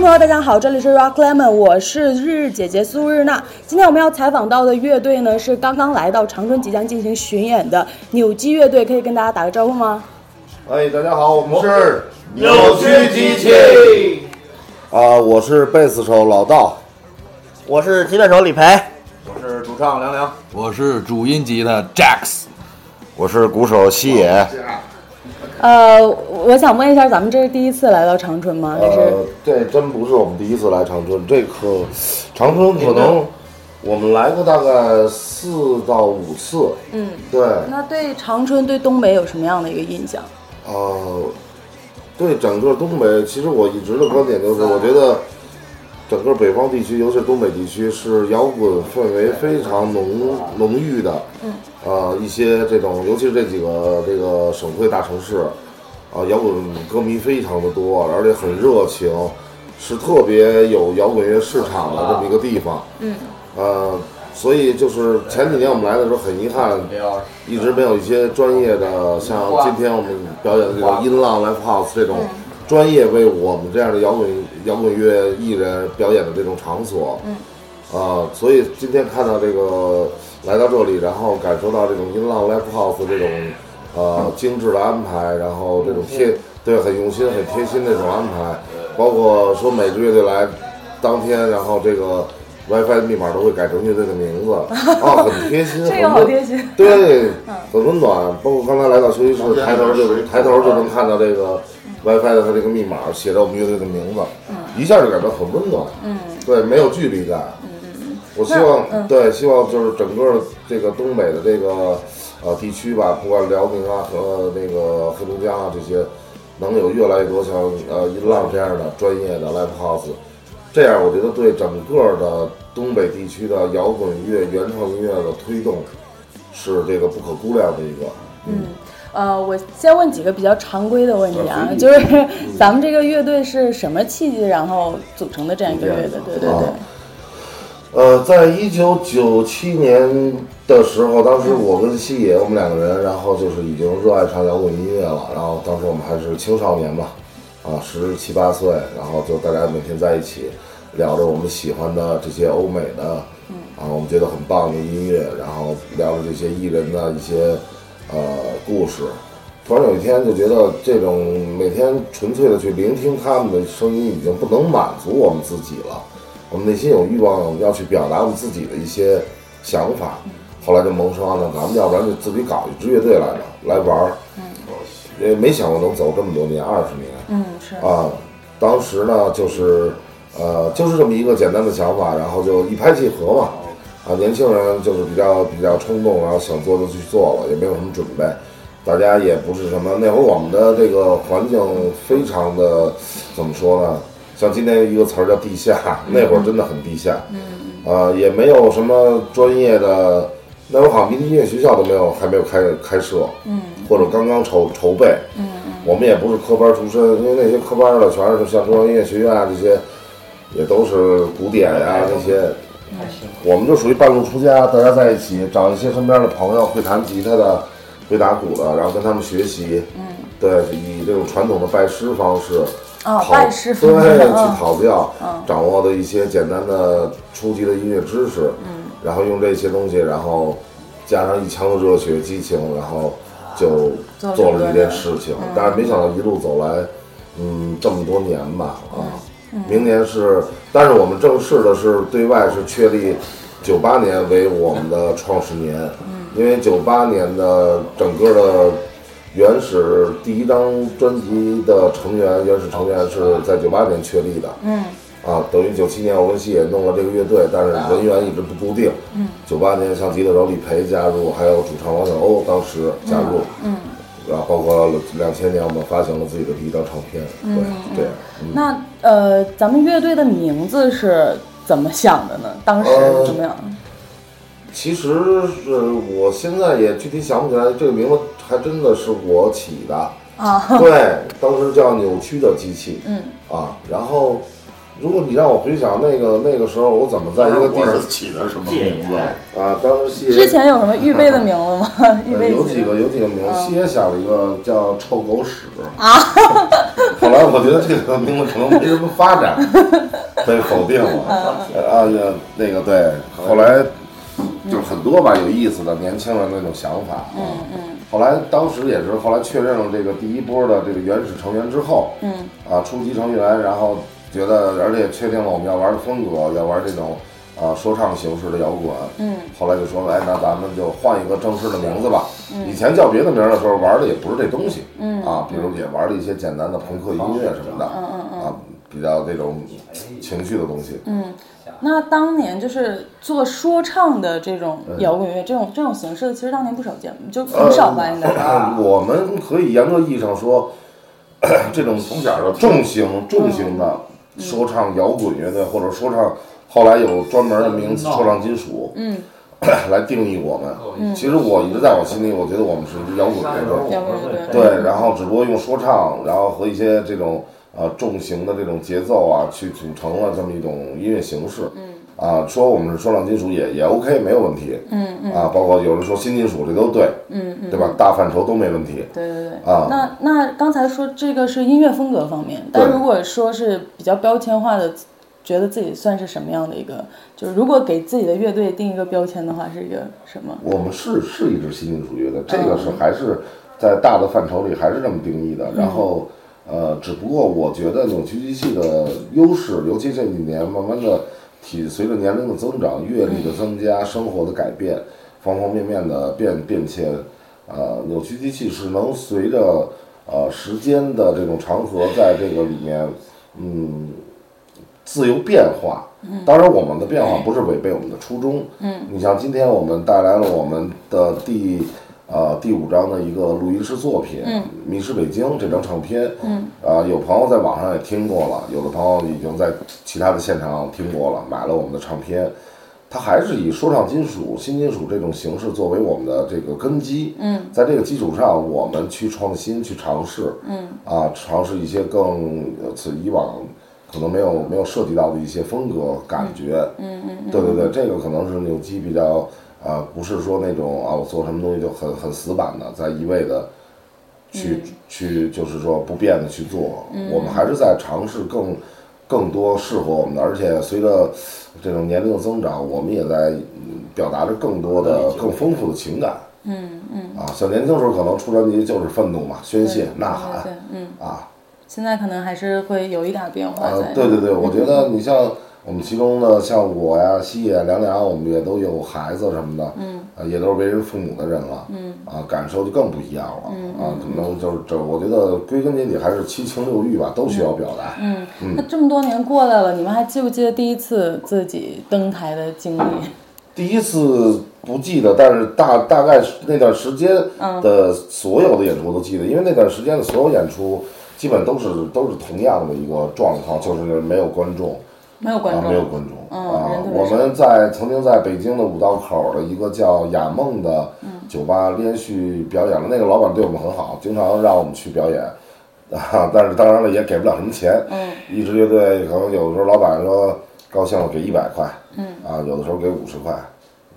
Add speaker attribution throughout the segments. Speaker 1: 朋友，大家好，这里是 Rock Lemon，我是日姐姐苏日娜。今天我们要采访到的乐队呢，是刚刚来到长春，即将进行巡演的扭机乐队，可以跟大家打个招呼吗？
Speaker 2: 哎，大家好，我们是
Speaker 3: 扭曲机器，
Speaker 2: 啊，我是贝斯手老道，
Speaker 4: 我是吉他手李培，
Speaker 3: 我是主唱梁梁，
Speaker 5: 我是主音吉他 Jax，
Speaker 2: 我是鼓手西野。
Speaker 1: 呃，我想问一下，咱们这是第一次来到长春吗？还是
Speaker 2: 呃，这真不是我们第一次来长春，这可长春可能我们来过大概四到五次。嗯，对，
Speaker 1: 那对长春、对东北有什么样的一个印象？
Speaker 2: 呃，对整个东北，其实我一直的观点就是，我觉得整个北方地区，尤其是东北地区，是摇滚氛围非常浓浓郁的。嗯。呃，一些这种，尤其是这几个这个省会大城市，啊、摇滚歌迷非常的多，而且很热情，是特别有摇滚乐市场的这么一个地方。嗯。呃，所以就是前几年我们来的时候，很遗憾，
Speaker 3: 哎
Speaker 2: 一直没有一些专业的，像今天我们表演的这种音浪 live house 这种专业为我们这样的摇滚摇滚乐艺人表演的这种场所，嗯，啊，所以今天看到这个来到这里，然后感受到这种音浪 live house 这种呃精致的安排，然后这种贴
Speaker 1: 嗯
Speaker 2: 对很用心、很贴心的这种安排，包括说每支乐队来当天，然后这个。WiFi 的密码都会改成乐队的 名字，啊，很贴心，
Speaker 1: 这个好
Speaker 2: 很多
Speaker 1: 贴心嗯
Speaker 2: 对，很温暖。包括刚才来到休息室，抬头就抬头就能看到这个
Speaker 1: 嗯
Speaker 2: WiFi 的它这个密码写着我们乐队的名字，一下就感觉很温暖。嗯，对，没有距离感。我希望对，希望就是整个这个东北的这个呃地区吧，不管辽宁啊和那个黑龙江啊这些，能有越来越多像呃音浪这样的专业的 live house，这样我觉得对整个的东北地区的摇滚乐、原创音乐的推动是这个不可估量的一个。
Speaker 1: 呃，我先问几个比较常规的问题啊，就是咱们这个乐队是什么契机，然后组成的这样一个乐队？对对对
Speaker 2: 啊。呃，在一九九七年的时候，当时我跟西野我们两个人，然后就是已经热爱上摇滚音乐了。然后当时我们还是青少年吧，啊，十七八岁，然后就大家每天在一起聊着我们喜欢的这些欧美的，啊，我们觉得很棒的音乐，然后聊着这些艺人的一些呃故事。突然有一天就觉得这种每天纯粹的去聆听他们的声音，已经不能满足我们自己了。我们内心有欲望要去表达我们自己的一些想法。后来就萌生了，咱们要不然就自己搞一支乐队来吧，来玩儿。呃也没想过能走这么多年，二十年。
Speaker 1: 嗯，是。
Speaker 2: 啊，当时呢就是，呃，就是这么一个简单的想法，然后就一拍即合嘛。啊，年轻人就是比较比较冲动，然后想做就去做了，也没有什么准备。大家也不是什么，那会儿我们的这个环境非常的怎么说呢？像今天一个词儿叫地下，那会儿真的很地下。嗯。啊，也没有什么专业的，那会儿好像民音乐学校都没有，还没有开开设。嗯。或者刚刚筹筹备。嗯。我们也不是科班出身，因为那些科班的全是像中央音乐学院啊这些，也都是古典呀、
Speaker 1: 嗯
Speaker 2: 那些。我们就属于半路出家，大家在一起找一些身边的朋友，会弹吉他的，会打鼓的，然后跟他们学习。嗯，对，以这种传统的拜师方式，
Speaker 1: 哦
Speaker 2: 讨
Speaker 1: 拜师方
Speaker 2: 对，
Speaker 1: 式嗯
Speaker 2: 去讨教，掌握的一些简单的初级的音乐知识。嗯，然后用这些东西，然后加上一腔的热血激情，然后就
Speaker 1: 做了
Speaker 2: 做了
Speaker 1: 这个
Speaker 2: 一件事情。但是没想到一路走来，嗯，这么多年吧，啊，明年是，但是我们正式的是对外是确立九八年为我们的创始年，因为九八年的整个的原始第一张专辑的成员，原始成员是在九八年确立的，嗯。啊，等于九七年我跟西野弄了这个乐队，但是人员一直不固定。嗯，九八年像吉他手李培加入，还有主唱王小欧当时加入。嗯，然后包括两千年我们发行了自己的第一张唱片。对，这样。
Speaker 1: 那呃，咱们乐队的名字是怎么想的呢？当时
Speaker 2: 呃
Speaker 1: 是怎么样的？
Speaker 2: 其实是我现在也具体想不起来，这个名字还真的是我起的啊。对，当时叫扭曲的机器。嗯。啊，然后如果你让我回想那个那个时候，我怎么在一个地
Speaker 3: 我是起的什么名字？
Speaker 2: 啊？当时谢
Speaker 1: 之前有什么预备的名字 吗？预备
Speaker 2: 呃有几
Speaker 1: 起
Speaker 2: 嗯个有几个名，西野想了一个叫臭狗屎啊， 后来我觉得这个名字可能没什么发 展，被否定了。啊，也那个对，后来就是很多吧，有意思的年轻人的那种想法。嗯嗯。后来当时也是，后来确认了这个第一波的这个原始成员之后，嗯，啊，初级成员，然后觉得而且确定了我们要玩的风格，要玩这种。啊，说唱形式的摇滚，嗯，后来就说，哎，那咱们就换一个正式的名字吧。以前叫别的名儿的时候，玩的也不是这东西，嗯，啊，比如也玩了一些简单的朋克音乐什么的，嗯嗯嗯，啊，比较这种情绪的东西，嗯，
Speaker 1: 那当年就是做说唱的这种摇滚乐，这种这种形式，其实当年不少见，就
Speaker 2: 呃
Speaker 1: 很少吧，应该。
Speaker 2: 我们可以严格意义上说， 这种从小的重型重型的说唱摇滚乐队，或者说唱，后来有专门的名词说唱金属，嗯，来定义我们。其实我一直在我心里，我觉得我们是一支摇滚乐队，
Speaker 1: 摇滚乐队，
Speaker 2: 对，然后只不过用说唱，然后和一些这种呃重型的这种节奏啊，去组成了这么一种音乐形式。嗯。啊，说我们是说唱金属也也 OK，没有问题。嗯嗯。啊，包括有人说新金属，这都对。嗯嗯。对吧？大范畴都没问题。
Speaker 1: 对对对。
Speaker 2: 啊
Speaker 1: 那那刚才说这个是音乐风格方面，但
Speaker 2: 对
Speaker 1: 如果说是比较标签化的，觉得自己算是什么样的一个？就是如果给自己的乐队定一个标签的话，是一个什么？
Speaker 2: 我们是是一支新金属乐队，这个是还是在大的范畴里还是这么定义的。然后，呃，只不过我觉得扭曲机器的优势，尤其这几年慢慢的体随着年龄的增长、阅历的增加、生活的改变，方方面面的变变迁，呃，扭曲机器是能随着呃时间的这种长河，在这个里面，嗯，自由变化。当然，我们的变化不是违背我们的初衷。嗯，你像今天我们带来了我们的第呃第五张的一个录音室作品，嗯《迷失北京》这张唱片。嗯，啊、有朋友在网上也听过了，有的朋友已经在其他的现场听过了，买了我们的唱片。它还是以说唱金属、新金属这种形式作为我们的这个根基。嗯，在这个基础上，我们去创新、去尝试。嗯，啊，尝试一些更呃此以往可能没有没有涉及到的一些风格感觉。嗯嗯，对对对，这个可能是扭机比较啊、不是说那种啊，我做什么东西就很很死板的，在一味的去、去就是说不变的去做。我们还是在尝试更更多适合我们的，而且随着这种年龄的增长，我们也在嗯表达着更多的、更丰富的情感。嗯嗯。啊，小年轻时候可能出专辑就是愤怒嘛，宣泄、呐喊。
Speaker 1: 对，嗯，
Speaker 2: 啊，
Speaker 1: 现在可能还是会有一点变化
Speaker 2: 呃
Speaker 1: 在。，
Speaker 2: 对对对，我觉得你像我们其中的像我呀、西野、凉凉，我们也都有孩子什么的，嗯，啊，也都是为人父母的人了，嗯，啊，感受就更不一样了，啊，可能就是这，我觉得归根结底还是七情六欲吧，都需要表达，嗯，
Speaker 1: 那这么多年过来了，你们还记不记得第一次自己登台的经
Speaker 2: 啊
Speaker 1: 历？
Speaker 2: 第一次不记得，但是大大概是那段时间的所有的演出都记得，因为那段时间的所有演出基本都是都是同样的一个状况，就是没有观众。
Speaker 1: 没有观
Speaker 2: 啊，没有
Speaker 1: 众，
Speaker 2: 观众、
Speaker 1: 嗯
Speaker 2: 啊
Speaker 1: 人特。别
Speaker 2: 我们在曾经在北京的五道口的一个叫雅梦的
Speaker 1: 嗯
Speaker 2: 酒吧连续表演了，那个老板对我们很好，经常让我们去表演。 啊，但是当然了，也给不了什么钱。嗯，一支乐队可能有的时候老板说高兴了给一百块，嗯，啊，有的时候给五十块，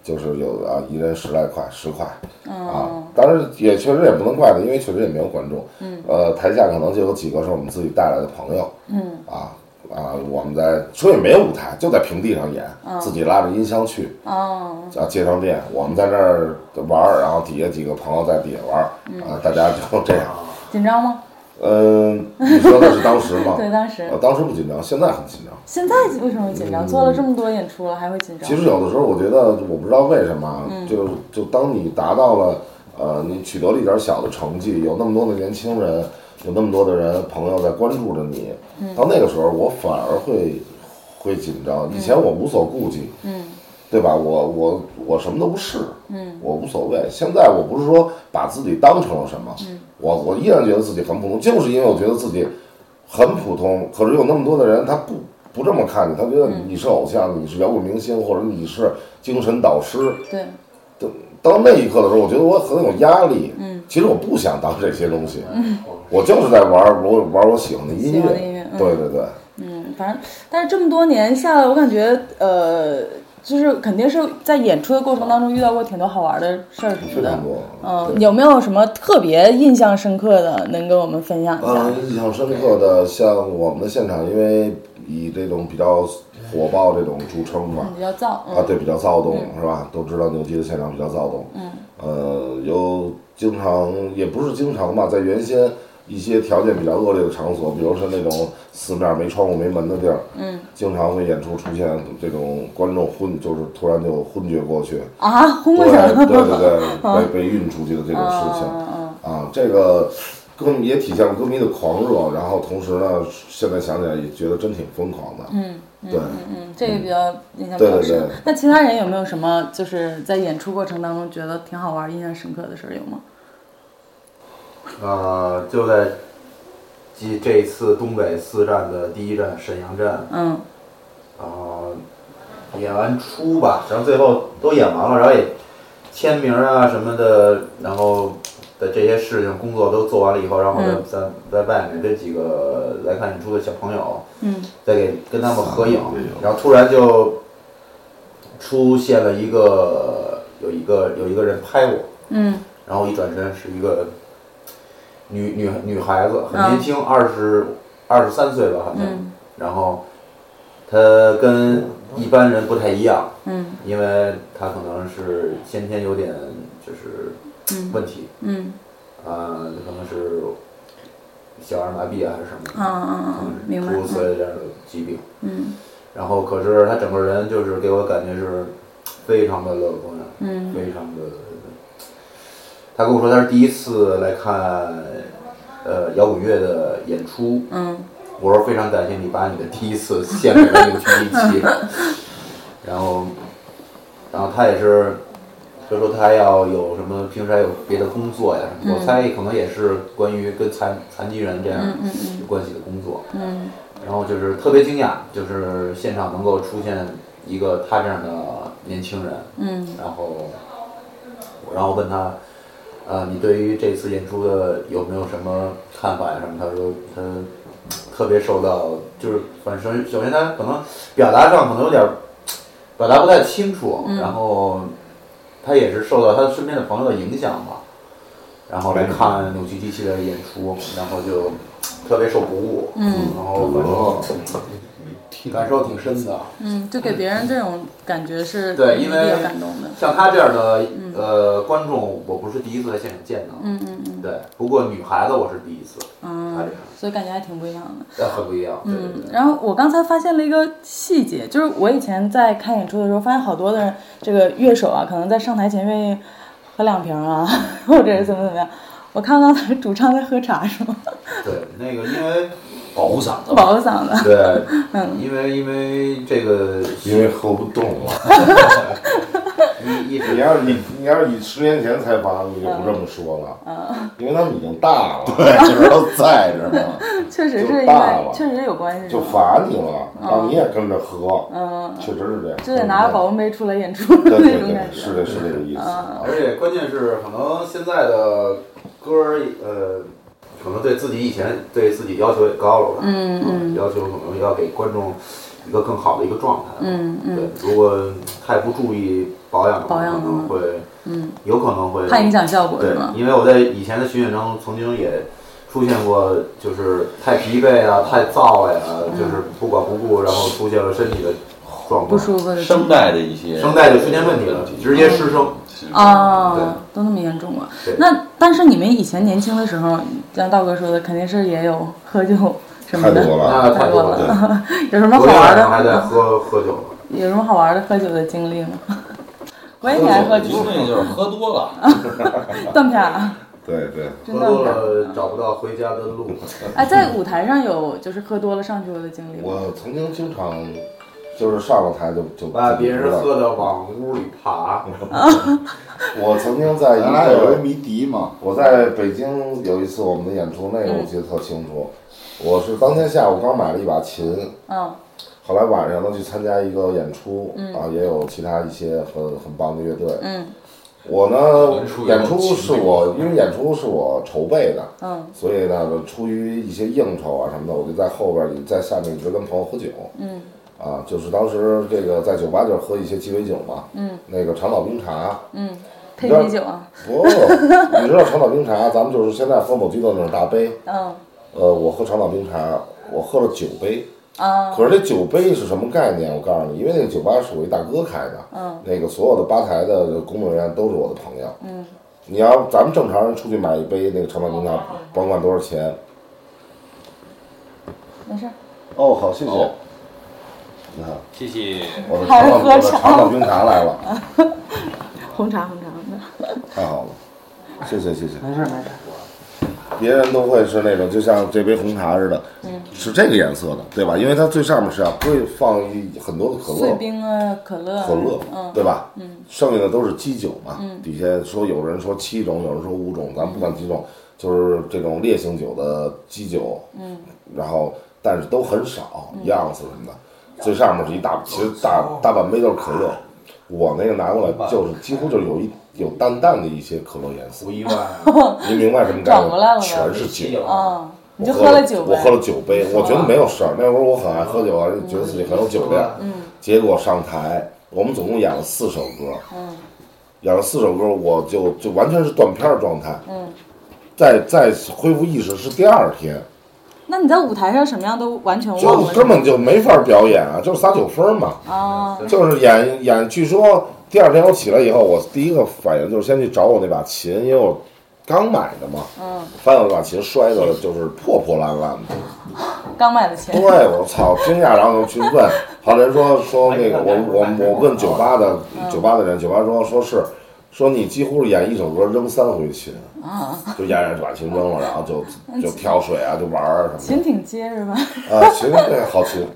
Speaker 2: 就是有啊一人十来块、十块，
Speaker 1: 哦
Speaker 2: 啊，当然也确实也不能怪他，因为确实也没有观众，嗯，呃，台下可能就有几个是我们自己带来的朋友，嗯，啊啊，我们在所以没有舞台，就在平地上演，自己拉着音箱去，
Speaker 1: 哦，
Speaker 2: 啊，街上店，我们在那儿玩儿，然后底下几个朋友在底下玩儿，啊，大家就这样，
Speaker 1: 紧张吗？
Speaker 2: 嗯，你说那是当时 吗？
Speaker 1: 对，当时
Speaker 2: 呃，当时不紧张，现在很紧张。
Speaker 1: 现在为什么紧张？做了这么多演出了，还会紧张
Speaker 2: 嗯其？实有的时候，我觉得我不知道为什么啊，就就当你达到了，呃，你取得了一点小的成绩，有那么多的年轻人，有那么多的人朋友在关注着你，到那个时候，我反而会会紧张。以前我无所顾忌，嗯，对吧？我我我什么都不是，嗯，我无所谓。现在我不是说把自己当成了什么，嗯，我我依然觉得自己很普通，就是因为我觉得自己很普通，可是有那么多的人他不不这么看你，他觉得你是偶像，你是摇滚明星，或者你是精神导师。
Speaker 1: 对，
Speaker 2: 到那一刻的时候，我觉得我很有压力。嗯，其实我不想当这些东西，嗯，我就是在玩儿我玩儿我喜欢的音
Speaker 1: 喜欢
Speaker 2: 乐，
Speaker 1: 的音乐嗯
Speaker 2: 对对对。
Speaker 1: 嗯，反正但是这么多年下来，我感觉呃，就是肯定是在演出的过程当中遇到过挺多好玩的事儿什么
Speaker 2: 非
Speaker 1: 的
Speaker 2: 常。多。
Speaker 1: 嗯，有没有什么特别印象深刻的，能跟我们分享一下？
Speaker 2: 嗯，印象深刻的，像我们的现场，因为以这种比较火爆这种著称嘛，
Speaker 1: 比较燥，
Speaker 2: 啊，
Speaker 1: 嗯，
Speaker 2: 对，比较躁动，是吧？都知道牛基的现场比较躁动。嗯。呃，有经常也不是经常吧，在原先一些条件比较恶劣的场所，比如说那种四面没窗户、没门的地儿，嗯，经常会演出出现这种观众昏，就是突然就昏厥过去。
Speaker 1: 啊，轰过
Speaker 2: 对
Speaker 1: 去了，嗯
Speaker 2: 对 对对，被被运出去的这种事情啊，这个歌迷也体现了歌迷的狂热，然后同时呢，现在想起来也觉得真挺疯狂的。嗯，对。
Speaker 1: 嗯，这个比较印象比较
Speaker 2: 对对
Speaker 1: 深
Speaker 2: 对。
Speaker 1: 那其他人有没有什么就是在演出过程当中觉得挺好玩、印象深刻的事儿有吗？
Speaker 3: 呃，就在继这一次东北四站的第一站沈阳站，
Speaker 1: 嗯，
Speaker 3: 呃，演完出吧，然后最后都演完了，然后也签名啊什么的，然后的这些事情工作都做完了以后，然后
Speaker 1: 嗯
Speaker 3: 咱在外面这几个来看演出的小朋友，
Speaker 1: 嗯，
Speaker 3: 再给跟他们合影，然后突然就出现了一个有一个有一个人拍我，
Speaker 1: 嗯，
Speaker 3: 然后一转身是一个女女女孩子，很年轻，二十二十三岁吧，好像，
Speaker 1: 嗯
Speaker 3: 然后她跟一般人不太一样，
Speaker 1: 嗯
Speaker 3: 因为她可能是先天有点就是问题，
Speaker 1: 嗯
Speaker 3: 呃，可能是小儿麻痹啊还是什么的，
Speaker 1: 嗯嗯
Speaker 3: 可
Speaker 1: 嗯，
Speaker 3: 能
Speaker 1: 明
Speaker 3: 是
Speaker 1: 白
Speaker 3: 诸如。此类这样的疾病。
Speaker 1: 嗯
Speaker 3: 然后可是他整个人就是给我感觉是非常的乐观，
Speaker 1: 嗯
Speaker 3: 非常的。呃他跟我说他是第一次来看，呃，摇滚乐的演出。
Speaker 1: 嗯
Speaker 3: 我说非常感谢你把你的第一次献给了那个 PPT。然后，然后他也是，就说他要有什么平时还有别的工作呀什么。我猜可能也是关于跟残残疾人这样
Speaker 1: 嗯嗯嗯
Speaker 3: 有关系的工作。
Speaker 1: 嗯
Speaker 3: 然后就是特别惊讶，就是现场能够出现一个他这样的年轻人，
Speaker 1: 嗯
Speaker 3: 然后，然后问他，呃，你对于这次演出的有没有什么看法呀什么？他说他特别受到，就是反正首先他可能表达上可能有点儿表达不太清楚，然后他也是受到他身边的朋友的影响吧，然后来看扭曲机器的演出，然后就特别受鼓舞，嗯，然后反正感受挺深的。啊
Speaker 1: 嗯，就给别人这种感觉是
Speaker 3: 对
Speaker 1: 比
Speaker 3: 因为
Speaker 1: 较感动的。
Speaker 3: 像他这样的呃观众，我不是第一次在现场见到，
Speaker 1: 嗯嗯嗯
Speaker 3: 对，不过女孩子我是第一次，他这
Speaker 1: 嗯
Speaker 3: 样，
Speaker 1: 所以感觉还挺不一样的。
Speaker 3: 但很不一样，对对
Speaker 1: 嗯，
Speaker 3: 对。
Speaker 1: 然后我刚才发现了一个细节，就是我以前在看演出的时候，发现好多的人，这个乐手啊，可能在上台前愿意喝两瓶啊， 或
Speaker 2: 嗯
Speaker 1: 者是怎么怎么样。我看到他主唱在喝茶，是 吗？
Speaker 3: 对，那个因为
Speaker 5: 保护嗓子吧。
Speaker 1: 保嗯嗓子。
Speaker 3: 对，因为因为这个
Speaker 2: 因为喝不动了。
Speaker 3: 一一
Speaker 2: 你
Speaker 3: 直
Speaker 2: 要是你你要是你十年前才发，你就不这么说了，
Speaker 1: 嗯
Speaker 2: 因为他们已经大了，
Speaker 5: 对，就是都在这儿呢。
Speaker 1: 确实是因
Speaker 2: 就
Speaker 1: 为
Speaker 2: 大了
Speaker 1: 确实是有关系，是
Speaker 2: 就
Speaker 1: 吧？
Speaker 2: 罚你了，让你也跟着喝，
Speaker 1: 嗯，
Speaker 2: 确实是这样，嗯
Speaker 1: 就得拿着保温杯出来演出
Speaker 2: 对
Speaker 1: 那
Speaker 2: 对
Speaker 1: 种
Speaker 2: 对
Speaker 1: 感，觉。
Speaker 2: 是这是这个意思。啊
Speaker 1: 嗯
Speaker 3: 而且关键是，可能现在的歌儿，呃，可能对自己以前对自己要求也高了吧，
Speaker 1: 嗯嗯
Speaker 3: 要求可能要给观众一个更好的一个状态，
Speaker 1: 嗯嗯，
Speaker 3: 对，如果太不注意保养的话，
Speaker 1: 保养
Speaker 3: 可能会，
Speaker 1: 嗯，
Speaker 3: 有可能会
Speaker 1: 怕影响效果
Speaker 3: 对
Speaker 1: 是吗，？
Speaker 3: 因为我在以前的巡演中曾经也出现过，就是太疲惫啊、太燥呀、就是不管不顾，然后出现了身体的状
Speaker 1: 嗯不
Speaker 3: 况，
Speaker 1: 舒服的
Speaker 5: 声带的一些
Speaker 3: 声带就出现问题了，直接失声。
Speaker 1: 哦，都那么严重啊
Speaker 3: 对？
Speaker 1: 那但是你们以前年轻的时候，像道哥说的，肯定是也有喝酒什
Speaker 5: 嗯
Speaker 1: 么
Speaker 2: 太
Speaker 1: 的，
Speaker 2: 多了，
Speaker 3: 那太多
Speaker 1: 太多
Speaker 3: 了，
Speaker 1: 有什么好
Speaker 3: 昨天
Speaker 1: 玩
Speaker 3: 晚上还在
Speaker 1: 的？嗯
Speaker 3: 喝喝酒了，
Speaker 1: 有什么好玩的喝酒的经历吗？ 我也挺爱喝酒，
Speaker 5: 那就是喝多了，
Speaker 1: 断片儿啊，
Speaker 2: 对对，
Speaker 1: 真
Speaker 3: 喝
Speaker 1: 断
Speaker 3: 多
Speaker 1: 片儿。
Speaker 3: 了找不到回家的路。
Speaker 2: 嗯
Speaker 1: 哎，在舞台上有就是喝多了上去了的经历吗？
Speaker 2: 我曾经经常就是上了台就就
Speaker 3: 把别人喝的往屋里爬，
Speaker 2: 嗯我曾经在一
Speaker 5: 原来有一
Speaker 2: 个
Speaker 5: 迷笛嘛，
Speaker 2: 我在北京有一次我们的演出，那
Speaker 1: 嗯
Speaker 2: 个我记得特清楚，我是当天下午刚买了一把琴，
Speaker 1: 嗯
Speaker 2: 后来晚上呢去参加一个演出，啊，也有其他一些很很棒的乐队。
Speaker 1: 嗯
Speaker 2: 我
Speaker 5: 演出
Speaker 2: 呢，
Speaker 5: 也有
Speaker 2: 演出是我因为演出是我筹备的，
Speaker 1: 嗯
Speaker 2: 所以呢，出于一些应酬啊什么的，我就在后边儿也在下面一直跟朋友喝酒。
Speaker 1: 嗯
Speaker 2: 啊，就是当时这个在酒吧就喝一些鸡尾酒嘛，嗯，那个长岛冰茶，
Speaker 1: 嗯，配啤酒啊，
Speaker 2: 不，你知道长岛冰茶，咱们就是现在喝某鸡的那种大杯，
Speaker 1: 嗯
Speaker 2: 呃，我喝长岛冰茶，我喝了九杯，
Speaker 1: 啊，
Speaker 2: 可是这酒杯是什么概念？我告诉你，因为那个酒吧是我一大哥开的，
Speaker 1: 嗯，
Speaker 2: 那个所有的吧台的工作人员都是我的朋友，嗯，你要咱们正常人出去买一杯那个长岛冰茶，甭管多少钱，
Speaker 1: 没事儿，
Speaker 2: 哦，好，谢谢，
Speaker 5: 哦
Speaker 2: 你看。
Speaker 5: 谢谢。
Speaker 2: 我的长岛，我
Speaker 1: 还
Speaker 2: 的
Speaker 1: 是喝
Speaker 2: 长岛冰茶来了，
Speaker 1: 红茶红茶红茶，
Speaker 2: 太好了，谢谢谢谢。
Speaker 4: 没事没事。
Speaker 2: 别人都会是那种，就像这杯红茶似的，
Speaker 1: 嗯
Speaker 2: 是这个颜色的，对吧？因为它最上面是要啊会放一很多的可
Speaker 1: 碎
Speaker 2: 乐，
Speaker 1: 冰啊，可乐啊，
Speaker 2: 可乐，
Speaker 1: 嗯，
Speaker 2: 对吧？剩下的都是基酒嘛。底下说有人说七种，有人说五种，咱不管几种，就是这种烈性酒的基酒，嗯，然后但是都很少，
Speaker 1: 嗯
Speaker 2: 样子什么的。最上面是一大，其实大大半杯都是可乐。我那个拿过来就是几乎就是有一有淡淡的一些可乐颜色
Speaker 3: 不，意外，啊
Speaker 2: 您明白什么概
Speaker 1: 转过来
Speaker 2: 念？
Speaker 1: 了吧
Speaker 2: 全哦是酒。哦
Speaker 1: 嗯，你就
Speaker 2: 我喝
Speaker 1: 了酒
Speaker 2: 我
Speaker 1: 呗嗯
Speaker 2: 喝，了九杯，我觉得没有事儿。那会儿我很爱喝酒啊，就觉得自己很有酒量。嗯。结果上台，我们总共演了四首歌。嗯。演了四首歌，我就就完全是断片儿状态。嗯。再再恢复意识是第二天，
Speaker 1: 那你在舞台上什么样都完全忘
Speaker 2: 就
Speaker 1: 了，
Speaker 2: 根本就没法表演啊，就是撒酒疯儿嘛。
Speaker 1: 啊，
Speaker 2: 就是演演，据说第二天我起来以后，我第一个反应就是先去找我那把琴，因为我刚买的嘛。嗯。翻了把琴，摔的就是破破烂烂的。
Speaker 1: 刚买的钱
Speaker 2: 对，，哎我操，惊讶，然后去问，后来说说那个，我我我问酒吧的酒吧的人，酒吧说说是，说你几乎是演一首歌扔三回琴，就演着就把琴扔了，然后就就跳水啊，就玩儿什么
Speaker 1: 琴挺结实吧？
Speaker 2: 的，啊，琴对，好琴，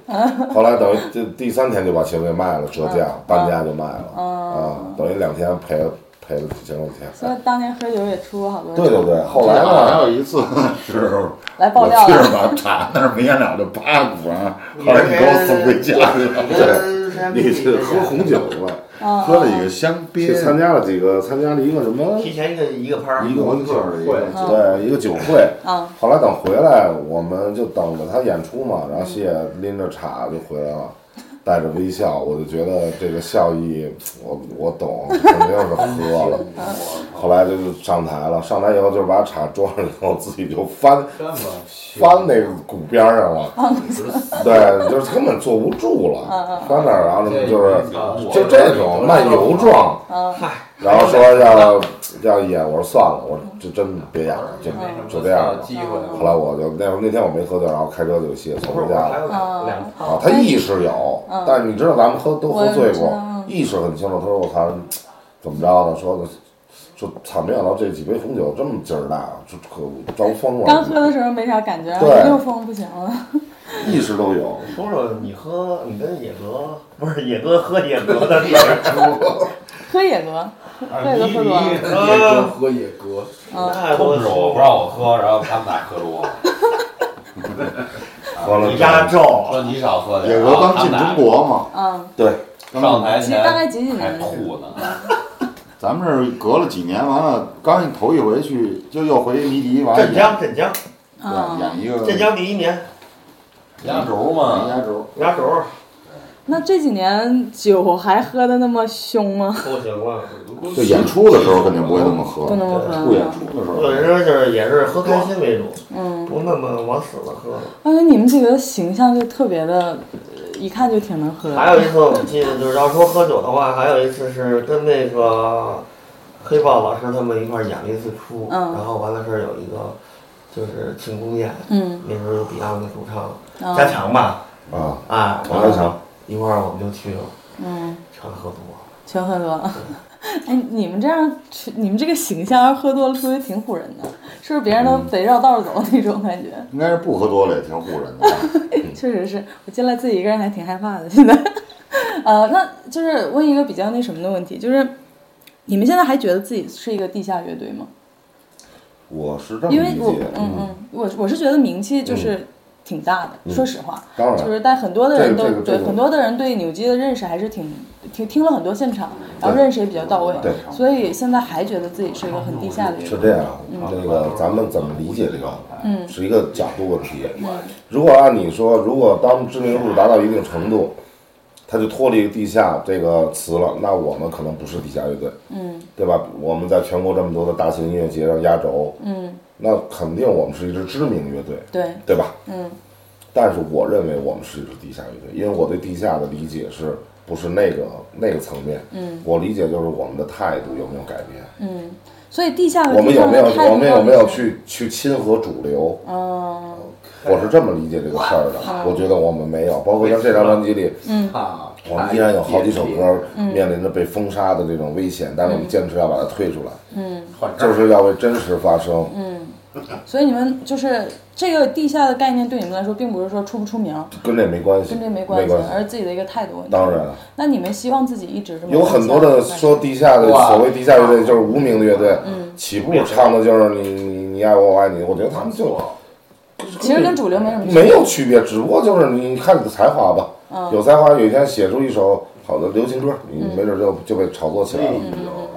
Speaker 2: 后来等于这第三天就把琴给卖了，折价半价就卖了，啊，等于两天赔了赔了几千块
Speaker 1: 所
Speaker 2: 钱，
Speaker 1: 以当年喝酒也出过好多，
Speaker 2: 对对，对，后来
Speaker 5: 好像
Speaker 2: 呢，
Speaker 5: 有一次 是
Speaker 1: 来爆
Speaker 5: 我
Speaker 1: 料
Speaker 5: 去
Speaker 1: 了
Speaker 5: 了把茶那儿没演了就八股啊，
Speaker 4: 嗯
Speaker 5: 后来你给我送回家去了。
Speaker 2: 对，你是喝红酒
Speaker 1: 嗯
Speaker 2: 了，
Speaker 5: 喝了一个香
Speaker 2: 去
Speaker 5: 槟，
Speaker 2: 参加了几个参加了一个什么。
Speaker 4: 提前一个一个拍儿，
Speaker 2: 一个
Speaker 5: 模
Speaker 2: 酒
Speaker 5: 特儿的一个
Speaker 2: 对，一个酒会。
Speaker 1: 嗯
Speaker 2: 后来等回来，我们就等着他演出嘛，然后谢拎着茶就回来了。带着微笑，我就觉得这个笑意，我我懂，肯定是喝了。后来就是上台了，上台以后就是把茶装上以后，自己就翻翻那个鼓边儿上了，嗯对，就是根本坐不住了，翻那儿，然后就是就这种慢游状，然后说要要演，我说算了，我说这真别演了，就就这样吧。
Speaker 3: 机会。
Speaker 2: 后来我就那会儿那天我没喝酒，然后开车就歇，从回家
Speaker 4: 还
Speaker 2: 了。
Speaker 4: 有两两
Speaker 2: 啊，他意识有，但是你知道咱们喝都喝醉过
Speaker 1: 嗯我知道，嗯
Speaker 2: 意识很清楚。他说我操，怎么着呢？说说操，没想到这几杯红酒这么劲儿大，啊就可着疯了。
Speaker 1: 刚喝的时候没啥感觉，然后
Speaker 2: 对
Speaker 1: 一溜风不行了，
Speaker 2: 意识都有，
Speaker 4: 说说你喝，你跟野哥不是野哥喝野哥的事儿，
Speaker 1: 喝野哥，喝野哥喝多了，
Speaker 5: 野哥喝野哥，
Speaker 4: 那
Speaker 6: 控
Speaker 4: 多
Speaker 6: 制啊我，不让我喝，然后他们俩喝着我，
Speaker 2: 喝了
Speaker 4: 你压轴，
Speaker 2: 哦
Speaker 6: 说你少喝点。啊
Speaker 5: 野哥刚进中国嘛，
Speaker 4: 啊
Speaker 1: 嗯，
Speaker 2: 对，
Speaker 5: 刚上台
Speaker 1: 其实大概
Speaker 5: 前，
Speaker 1: 几几
Speaker 6: 还
Speaker 1: 年的事，
Speaker 6: 吐呢，
Speaker 5: 咱们是隔了几年，完了刚头一回去就又回迷笛，完了
Speaker 4: 镇
Speaker 5: 演
Speaker 4: 江镇江
Speaker 1: 嗯，
Speaker 5: 演一个
Speaker 4: 镇江第一年
Speaker 6: 压轴
Speaker 5: 演
Speaker 6: 嘛，
Speaker 5: 压轴，
Speaker 4: 压轴
Speaker 1: 那这几年酒还喝的那么凶吗？
Speaker 4: 不行了，
Speaker 5: 就演出的时候肯定不会那么喝
Speaker 1: 不，那么
Speaker 5: 不
Speaker 1: 喝
Speaker 5: 演
Speaker 1: 啊。
Speaker 5: 出的时
Speaker 4: 有
Speaker 5: 候
Speaker 4: 的时候就是也是喝开心为主，
Speaker 1: 嗯，
Speaker 4: 不那么往死了喝。
Speaker 1: 而且你们几个形象就特别的，呃一看就挺能喝的。
Speaker 4: 还有一次我记得就是要说喝酒的话，还有一次是跟那个黑豹老师他们一块儿演了一次出，
Speaker 1: 嗯
Speaker 4: 然后完了是有一个就是庆功宴，
Speaker 1: 嗯，
Speaker 4: 那时候有 Beyond 的主唱
Speaker 1: 嗯
Speaker 4: 加强吧，
Speaker 2: 啊，
Speaker 4: 啊，
Speaker 2: 王家强，
Speaker 4: 一块儿我们就去了，
Speaker 1: 嗯，
Speaker 4: 全喝多
Speaker 1: 全喝多了。 哎，你们这样去，你们这个形象，要是喝多了出去挺唬人的，是不是？别人
Speaker 2: 嗯
Speaker 1: 都得绕道儿走那种感觉，
Speaker 5: 应该是不喝多了也挺唬人的。
Speaker 2: 嗯
Speaker 1: 确实是我进来自己一个人还挺害怕的。现在，呃，那就是问一个比较那什么的问题，就是你们现在还觉得自己是一个地下乐队吗？
Speaker 2: 我是这么
Speaker 1: 因
Speaker 2: 理
Speaker 1: 为我
Speaker 2: 解，嗯
Speaker 1: 嗯嗯，我我是觉得名气就是挺大的，说实话，
Speaker 2: 当然
Speaker 1: 就是但很多的人都、
Speaker 2: 这个这个
Speaker 1: 对
Speaker 2: 这个
Speaker 1: 很多的人对扭机的认识还是挺挺听了很多现场，然后认识也比较到位，
Speaker 2: 对
Speaker 1: 所以现在还觉得自己是一个很地下的人，
Speaker 2: 是这样，
Speaker 1: 嗯
Speaker 2: 那个咱们怎么理解这个？嗯，
Speaker 1: 嗯
Speaker 2: 是一个角度问题。如果按你说，如果当知名度达到一定程度，他就脱离“地下”这个词了。那我们可能不是地下乐队，
Speaker 1: 嗯
Speaker 2: 对吧？我们在全国这么多的大型音乐节上压轴，
Speaker 1: 嗯，
Speaker 2: 那肯定我们是一支知名乐队，
Speaker 1: 对，
Speaker 2: 对吧？
Speaker 1: 嗯
Speaker 2: 但是我认为我们是一支地下乐队，因为我对地下的理解是不是那个那个层面？
Speaker 1: 嗯
Speaker 2: 我理解就是我们的态度有没有改变，
Speaker 1: 嗯，所以地下
Speaker 2: 我们有没有
Speaker 1: 地上的态度
Speaker 2: 我们有没有
Speaker 1: 到底是？
Speaker 2: 去去亲和主流？
Speaker 1: 嗯
Speaker 2: 我是这么理解这个事儿的。我觉得我们没有，包括像这张专辑里，
Speaker 1: 嗯
Speaker 3: 啊，
Speaker 2: 我们依然有好几首
Speaker 6: 啊
Speaker 2: 歌
Speaker 1: 啊
Speaker 2: 面临着被封杀的这种危险，但是我们坚持要把它推出来，
Speaker 1: 嗯
Speaker 3: 换证
Speaker 2: 就
Speaker 3: 儿
Speaker 2: 是要为真实发声。
Speaker 1: 嗯，所以你们就是这个地下的概念对你们来说，并不是说出不出名，
Speaker 2: 跟这没关系，
Speaker 1: 跟这没
Speaker 2: 关
Speaker 1: 关系，而是自己的一个态度问题。
Speaker 2: 当然，
Speaker 1: 那你们希望自己一直这么
Speaker 2: 有很多
Speaker 1: 走
Speaker 2: 的
Speaker 1: 下去
Speaker 2: 说地下的
Speaker 3: 哇
Speaker 2: 所谓地下乐队就是无名的乐队，
Speaker 1: 嗯
Speaker 2: 起步唱的就是你你你爱我我爱你，我觉得他们
Speaker 1: 嗯
Speaker 2: 就
Speaker 1: 其实跟主流没什么区别
Speaker 2: 没有区别，只不过就是你看你的才华吧，
Speaker 1: 嗯
Speaker 2: 有才华有一天写出一首好的流行歌，你没准就就被炒作起来了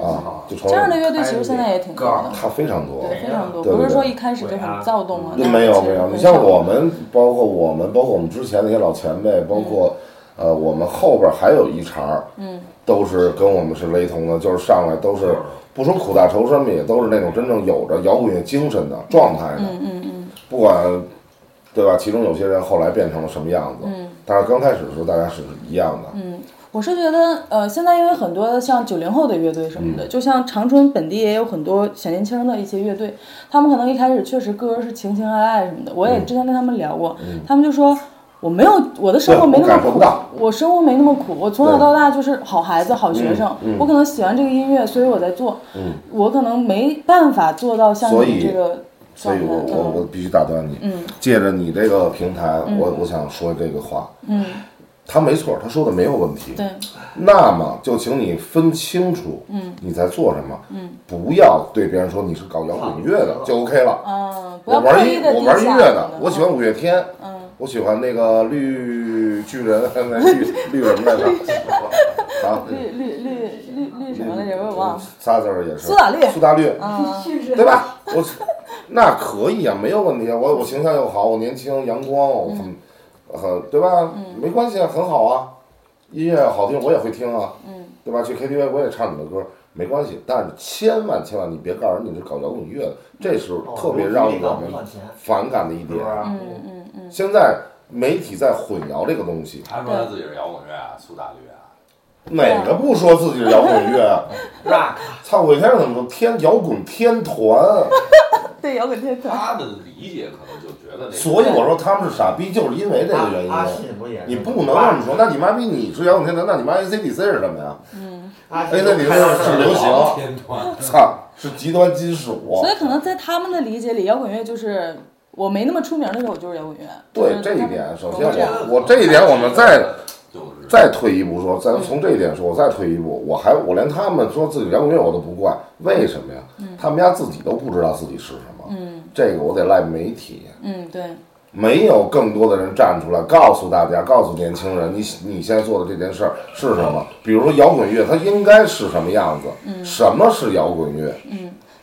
Speaker 2: 啊，就
Speaker 1: 嗯
Speaker 2: 成
Speaker 1: 这样的
Speaker 2: 了。
Speaker 1: 乐队其实现在也挺多的，
Speaker 2: 他非常多，
Speaker 1: 非常多，
Speaker 2: 对对
Speaker 1: 不是
Speaker 2: 对
Speaker 1: 说一开始就很躁动啊。那
Speaker 2: 没有
Speaker 1: 其实
Speaker 2: 没有，
Speaker 1: 很
Speaker 2: 你像
Speaker 1: 少
Speaker 2: 我，们，包括我们，包括我们之前那些老前辈，包括呃我们后边还有一茬儿，
Speaker 1: 嗯
Speaker 2: 都是跟我们是雷同的，就是上来都是不说苦大仇深吧，也都是那种真正有着摇滚乐精神的状态的，
Speaker 1: 嗯嗯嗯
Speaker 2: 不管对吧？其中有些人后来变成了什么样子，
Speaker 1: 嗯
Speaker 2: 但是刚开始的时候大家是一样的，
Speaker 1: 嗯，我是觉得呃，现在因为很多像九零后的乐队什么的，
Speaker 2: 嗯
Speaker 1: 就像长春本地也有很多小年轻的一些乐队，他们可能一开始确实歌是情情爱爱什么的，
Speaker 2: 嗯
Speaker 1: 我也之前跟他们聊过，他们就说。我没有，我的生活
Speaker 2: 对
Speaker 1: 没那
Speaker 2: 我
Speaker 1: 么
Speaker 2: 感受
Speaker 1: 苦
Speaker 2: 不到，
Speaker 1: 我生活没那么苦，我从小
Speaker 2: 对
Speaker 1: 到大就是好孩子、好学生。
Speaker 2: 嗯嗯
Speaker 1: 我可能喜欢这个音乐，所以我在做。
Speaker 2: 嗯
Speaker 1: 我可能没办法做到像
Speaker 2: 所
Speaker 1: 你
Speaker 2: 以
Speaker 1: 这个
Speaker 2: 所
Speaker 1: 状
Speaker 2: 以
Speaker 1: 态。
Speaker 2: 我我我必须打断你，
Speaker 1: 嗯
Speaker 2: 借着你这个平台，我我想说这个话，
Speaker 1: 嗯，
Speaker 2: 他没错，他说的没有问题，
Speaker 1: 对，
Speaker 2: 那么就请你分清楚，
Speaker 1: 嗯，
Speaker 2: 你在做什么，
Speaker 1: 嗯，
Speaker 2: 不要对别人说你是搞摇滚乐的就 OK 了。
Speaker 1: 嗯，不
Speaker 2: 我
Speaker 1: 要
Speaker 2: 玩
Speaker 1: 刻
Speaker 2: 音
Speaker 1: 意的
Speaker 2: 我玩音乐的，我喜欢
Speaker 1: 嗯
Speaker 2: 五月天，
Speaker 1: 嗯
Speaker 2: 我喜欢那个绿巨人，那绿绿什 么来着？啊，
Speaker 1: 绿绿绿绿绿什么来着？我也忘了。
Speaker 2: 仨字儿也是
Speaker 1: 苏打绿
Speaker 2: 苏打绿，
Speaker 1: 嗯
Speaker 2: 对吧？我那可以啊，没有问题啊。我我形象又好，我年轻阳光，我
Speaker 1: 嗯
Speaker 2: 很很对吧？没关系啊，很好啊。音乐好听，我也会听啊，
Speaker 1: 嗯
Speaker 2: 对吧？去 KTV 我也唱你的歌，没关系。但是千万千万，你别告诉人你是搞摇滚乐的，这是
Speaker 4: 哦
Speaker 2: 特别让我们
Speaker 4: 赚钱，
Speaker 2: 反感的一
Speaker 4: 是不
Speaker 2: 点
Speaker 4: 是。？
Speaker 1: 嗯嗯嗯，
Speaker 2: 现在媒体在混淆这个东西，
Speaker 6: 他说他自己是摇滚乐啊，苏打绿啊，
Speaker 2: 哪个不说自己是摇滚乐 啊？
Speaker 4: rock
Speaker 2: 操，我一开始怎么说天摇滚天团？
Speaker 1: 对摇滚乐团。
Speaker 6: 他的理解可能就觉得那个
Speaker 2: 所以我说他们是傻逼，就是因为这个原因。
Speaker 4: 阿信不啊也是？
Speaker 2: 你不能这么说，那你妈逼你是摇滚天团，那你妈 ACDC 是什么呀？
Speaker 4: 阿信
Speaker 2: ACDC
Speaker 4: 哎开到这
Speaker 2: 是
Speaker 4: 儿
Speaker 2: 流
Speaker 6: 王
Speaker 2: 行，
Speaker 6: 天团，
Speaker 2: 操，是极端金属
Speaker 1: 所。以可能在他们的理解里，摇滚乐就是我没那么出名的时候，我就是摇滚乐。
Speaker 2: 对
Speaker 1: 就是
Speaker 2: 这
Speaker 1: 嗯他
Speaker 2: 一
Speaker 1: 们
Speaker 2: 点，首
Speaker 1: 我
Speaker 2: 先
Speaker 1: 这样
Speaker 2: 我我这一点我们再
Speaker 6: 就是
Speaker 2: 再退一步说，再从这一点说，我再退一步，我还我连他们说自己摇滚乐我都不惯，为什么呀？他们家自己都不知道自己是什么，
Speaker 1: 嗯
Speaker 2: 这个我得赖媒体。
Speaker 1: 嗯对，
Speaker 2: 没有更多的人站出来告诉大家，告诉年轻人，你你现在做的这件事儿是什么？比如说摇滚乐，它应该是什么样子？
Speaker 1: 嗯
Speaker 2: 什么是摇滚乐？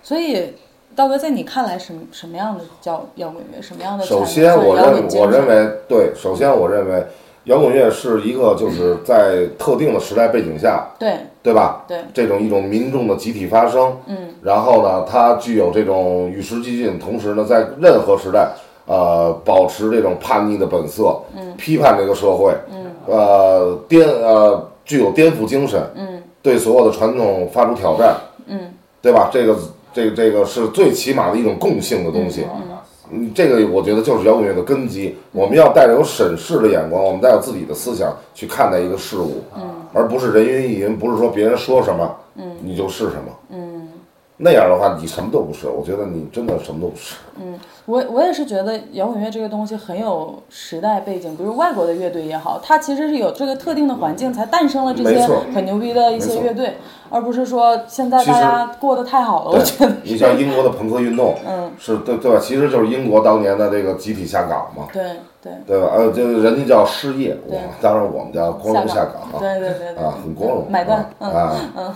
Speaker 1: 所以。道哥，在你看来，什么什么样的叫摇滚乐？什么样的
Speaker 2: 首
Speaker 1: 才
Speaker 2: 先，
Speaker 1: 算
Speaker 2: 我
Speaker 1: 摇
Speaker 2: 认
Speaker 1: 滚精
Speaker 2: 我认
Speaker 1: 神
Speaker 2: 为对，首先我认为摇滚乐是一个就是在特定的时代背景下，
Speaker 1: 对
Speaker 2: 对吧？
Speaker 1: 对，
Speaker 2: 这种一种民众的集体发声，
Speaker 1: 嗯
Speaker 2: 然后呢，它具有这种与时俱进，同时呢，在任何时代，呃，保持这种叛逆的本色，
Speaker 1: 嗯
Speaker 2: 批判这个社会，
Speaker 1: 嗯
Speaker 2: 呃颠呃具有颠覆精神，
Speaker 1: 嗯
Speaker 2: 对所有的传统发出挑战，
Speaker 1: 嗯
Speaker 2: 对吧？这个这个、这个是最起码的一种共性的东西。嗯，这个我觉得就是摇滚乐的根基。我们要带着有审视的眼光，我们带有自己的思想去看待一个事物，
Speaker 1: 嗯
Speaker 2: 而不是人云亦云，不是说别人说什么
Speaker 1: 嗯
Speaker 2: 你就是什么。
Speaker 1: 嗯。
Speaker 2: 那样的话，你什么都不是。我觉得你真的什么都不 是。
Speaker 1: 我我也是觉得摇滚乐这个东西很有时代背景，比如外国的乐队也好，它其实是有这个特定的环境才诞生了这
Speaker 2: 嗯没
Speaker 1: 些
Speaker 2: 错
Speaker 1: 很牛逼的一
Speaker 2: 没
Speaker 1: 些
Speaker 2: 错
Speaker 1: 乐队，而不是说现在
Speaker 2: 其实
Speaker 1: 大家过得太好了，我觉得
Speaker 2: 对，你像英国的朋克运动，
Speaker 1: 嗯，
Speaker 2: 是对对吧？其实就是英国当年的这个集体下岗嘛，
Speaker 1: 对对
Speaker 2: 对吧？呃，这个人家叫失业，我
Speaker 1: 对
Speaker 2: 们当然我们叫光荣下岗啊，
Speaker 1: 对对对对嗯
Speaker 2: 啊，很光荣，
Speaker 1: 买断，
Speaker 2: 啊，啊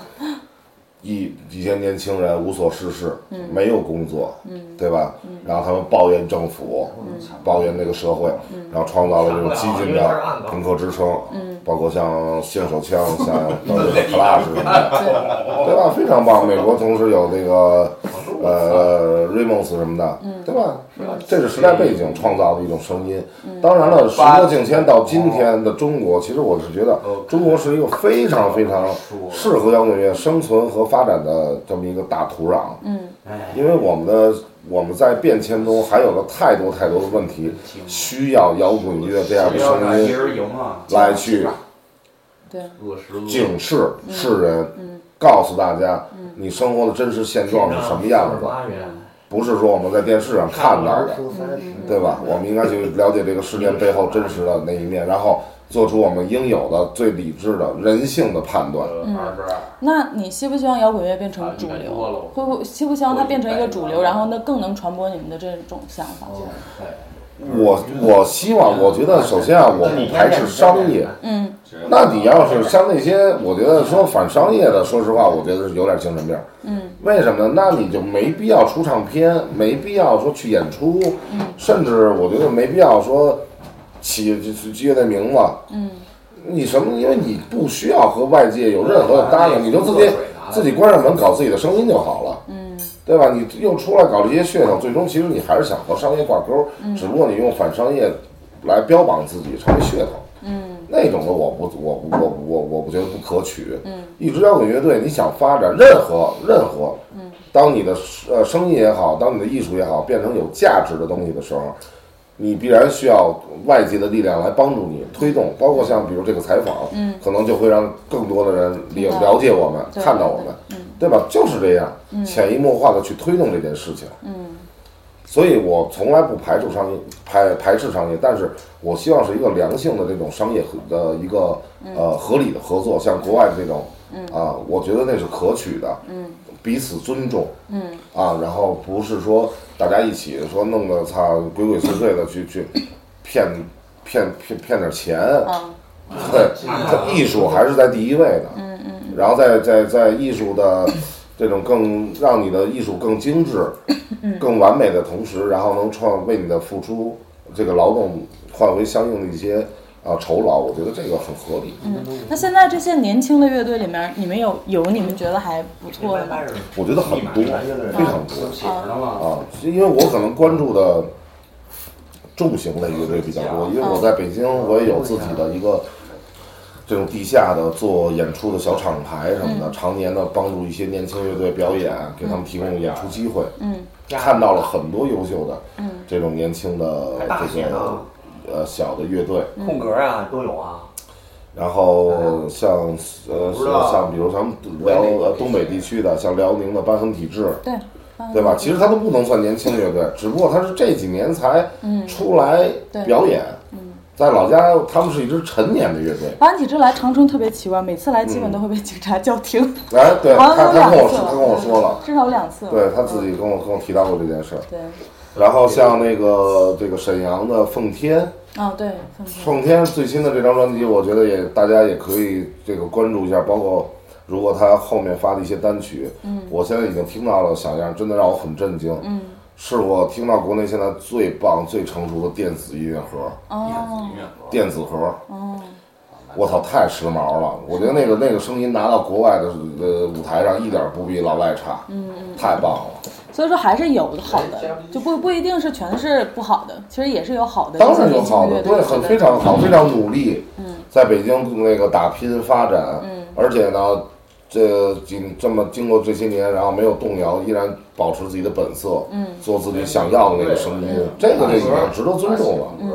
Speaker 2: 一一些年轻人无所事事，
Speaker 1: 嗯
Speaker 2: 没有工作，对吧？然后他们抱怨政府，
Speaker 1: 嗯
Speaker 2: 抱怨这个社会，然后创造了这种激进
Speaker 4: 上不了
Speaker 2: 的
Speaker 4: 啊因为它是暗道
Speaker 2: 朋克之声，
Speaker 1: 嗯
Speaker 2: 包括像性手枪、 像像 Flash 什么的，对吧？非常棒。美国同时有这个呃 Ramos 嗯什么的，对吧？这是时代背景创造的一种声音。当然了，时过境迁到今天的中国，其实我是觉得中国是一个非常非常适合摇滚乐生存和发展的这么一个大土壤。
Speaker 1: 嗯
Speaker 6: 嗯
Speaker 3: 哎，
Speaker 2: 因为我们的我们在变迁中还有了太多太多的问题，需要摇滚乐这样的
Speaker 3: 要
Speaker 2: 声
Speaker 3: 敢一
Speaker 2: 音
Speaker 3: 人赢啊，
Speaker 2: 来去
Speaker 1: 对，嗯
Speaker 3: 落实落
Speaker 2: 警示世人，告诉大家你生活的真实现状嗯是什啊么样子的，
Speaker 4: 嗯八元，
Speaker 2: 不是说我们在电视上看到
Speaker 1: 嗯
Speaker 2: 的，嗯
Speaker 4: 出三十，
Speaker 2: 对吧？我们应该去了解这个事件背后真实的那一面，然后做出我们应有的最理智的人性的判断。
Speaker 6: 二十
Speaker 3: 啊
Speaker 6: 二，
Speaker 1: 那你希不希望摇滚乐变成主
Speaker 6: 啊一百
Speaker 1: 嗯流
Speaker 6: 多了？
Speaker 1: 会不会希不希望它变成一个主流，然后那更能传播你们的这种想法？
Speaker 3: 嗯
Speaker 2: 我我希望，我觉得首先啊，我不排斥商业，
Speaker 1: 嗯，
Speaker 2: 那你要是像那些，我觉得说反商业的，说实话，我觉得是有点精神病。嗯，为什么呢？那你就没必要出唱片，没必要说去演出，甚至我觉得没必要说起起起乐队名字。嗯，你什么？因为你不需要和外界有任何的
Speaker 3: 哎
Speaker 2: 搭应，你就自己自己关上门搞自己的声音就好了。嗯，对吧？你又出来搞这些噱头，最终其实你还是想和商业挂钩，只不过你用反商业来标榜自己成为噱头。
Speaker 1: 嗯
Speaker 2: 那种的我不我我我我不觉得不可取。嗯，一支摇滚乐队，你想发展任何任何，嗯，当你的呃生意也好，当你的艺术也好，变成有价值的东西的时候，你必然需要外界的力量来帮助你推动，包括像比如这个采访，嗯，可能就会让更多的人了
Speaker 1: 嗯
Speaker 2: 了解我们，
Speaker 1: 对嗯
Speaker 2: 看到我们，对吧？就是这样，潜移默化的去推动这件事情。
Speaker 1: 嗯
Speaker 2: 所以我从来不排除商业，排排斥商业，但是我希望是一个良性的这种商业合的一个呃合理的合作，像国外的这种，啊，我觉得那是可取的，彼此尊重，啊，然后不是说大家一起说弄得操鬼鬼祟祟的去去骗骗骗骗点钱，
Speaker 1: 啊，
Speaker 2: 对，它 艺术还是在第一位的。嗯嗯。然后在在在艺术的这种更让你的艺术更精致、更完美的同时，然后能创为你的付出这个劳动换回相应的一些啊酬劳，我觉得这个很合理。
Speaker 1: 那现在这些年轻的乐队里面，你们有有你们觉得还不错的吗？
Speaker 2: 我觉得很多，非常多。
Speaker 3: 写着呢嘛，
Speaker 1: 哦
Speaker 2: 啊，因为我可能关注的重型类乐队比较多，因为我在北京，我也有自己的一个这种地下的做演出的小厂牌什么的，常年的帮助一些年轻乐队表演，给他们提供演出机会。嗯，看到了很多优秀的
Speaker 1: 嗯
Speaker 2: 这种年轻的
Speaker 4: 大
Speaker 2: 这
Speaker 4: 写
Speaker 2: 个
Speaker 4: 呢，
Speaker 2: 呃小的乐队，
Speaker 4: 空格啊都有啊，
Speaker 2: 然后像呃
Speaker 3: 不知道
Speaker 2: 像比如咱们辽呃东北地区的，像辽宁的瘢痕体质，
Speaker 1: 对，
Speaker 2: 对吧？其实他都不能算年轻乐队，只不过他是这几年才出来
Speaker 1: 对
Speaker 2: 表演。在老家，他们是一支陈年的乐队。
Speaker 1: 安体之来长春特别奇怪，每次来基本都会被警察叫停，
Speaker 2: 哎，对
Speaker 1: 好
Speaker 2: 他，
Speaker 1: 像有
Speaker 2: 他
Speaker 1: 两
Speaker 2: 跟我
Speaker 1: 次了
Speaker 2: 说，他跟我说了，
Speaker 1: 至少有两次了。
Speaker 2: 对他自己跟我跟我提到过这件事儿。
Speaker 1: 对，
Speaker 2: 然后像那个这个沈阳的奉天，
Speaker 1: 啊对，分不清
Speaker 2: 奉天最新的这张专辑，我觉得也大家也可以这个关注一下，包括如果他后面发的一些单曲，嗯，我现在已经听到了小样，真的让我很震惊，嗯，是我听到国内现在最棒、最成熟的电子音乐盒，
Speaker 6: 音乐盒，
Speaker 2: 电子盒，我操，太时髦了！我觉得那个那个声音拿到国外的呃舞台上，一点不比老外差，嗯，太棒了。
Speaker 1: 所以说还是有的好的，就不不一定是全是不好的，其实也是有好的。
Speaker 2: 当然有好的，嗯
Speaker 1: 一些年轻乐队
Speaker 2: 对，很非常好，非常努力，在北京那个打拼发展，
Speaker 1: 嗯
Speaker 2: 而且呢，这经这么经过这些年，然后没有动摇，依然保持自己的本色，
Speaker 1: 嗯
Speaker 2: 做自己想要的那个声音，这个就已经值得尊重了。
Speaker 7: 嗯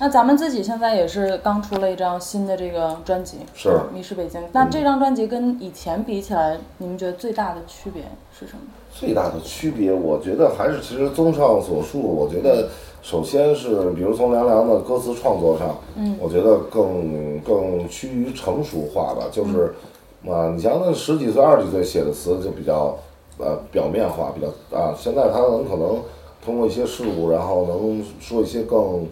Speaker 1: 那咱们自己现在也是刚出了一张新的这个专辑，
Speaker 2: 是
Speaker 1: 《迷失北京》。那这张专辑跟以前比起来，你们觉得最大的区别是什么？
Speaker 2: 最大的区别，我觉得还是其实综上所述，我觉得首先是比如从凉凉的歌词创作上，嗯，我觉得更更趋于成熟化吧，就是啊，你像那十几岁、二十几岁写的词就比较呃表面化，比较啊，现在他能可能通过一些事物，然后能说一些更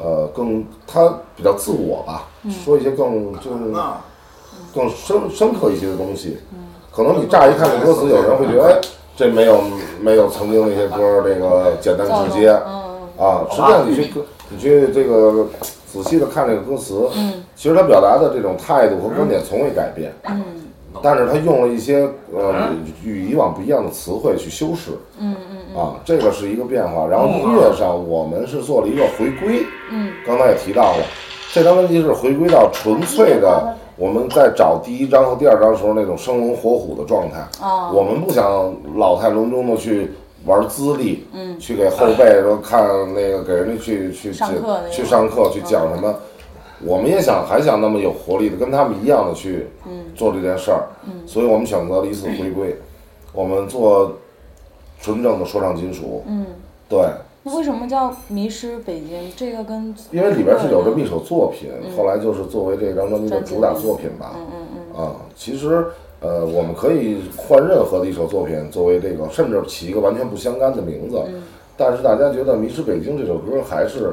Speaker 2: 呃更他比较自我吧，说一些更更更深深刻一些的东西。可能你乍一看这歌词，有人会觉得，哎，这没有没有曾经那些歌这个简单
Speaker 1: 造
Speaker 2: 直
Speaker 1: 诣
Speaker 2: 接
Speaker 1: 嗯
Speaker 2: 啊。实际上你去你去这个仔细的看这个歌词，
Speaker 1: 嗯
Speaker 2: 其实他表达的这种态度和观点从未改变，
Speaker 1: 嗯
Speaker 2: 但是他用了一些呃与以往不一样的词汇去修饰
Speaker 1: 嗯嗯
Speaker 2: 啊，这个是一个变化。然后音乐上，我们是做了一个回归，
Speaker 1: 嗯
Speaker 2: 刚才也提到了，这张专辑是回归到纯粹的我们在找第一章和第二章时候那种生龙活虎的状态。
Speaker 1: 啊
Speaker 2: 我们不想老态龙钟的去玩资历，
Speaker 1: 嗯
Speaker 2: 去给后辈说看那个给人家去去
Speaker 1: 上课那种嗯
Speaker 2: 去上课去讲什么，我们也想还想那么有活力的跟他们一样的去
Speaker 1: 嗯
Speaker 2: 做这件事儿，
Speaker 1: 嗯
Speaker 2: 所以我们选择了一次回归，我们做纯正的说唱金属，
Speaker 1: 嗯，
Speaker 2: 对，
Speaker 1: 那为什么叫迷失北京？这个跟
Speaker 2: 因为里边是有这么一首作品
Speaker 1: 嗯，
Speaker 2: 后来就是作为这张专辑的主打作品吧，
Speaker 1: 嗯嗯嗯
Speaker 2: 啊，其实呃，我们可以换任何的一首作品作为这个，甚至起一个完全不相干的名字。
Speaker 1: 嗯
Speaker 2: 但是大家觉得《迷失北京》这首歌还是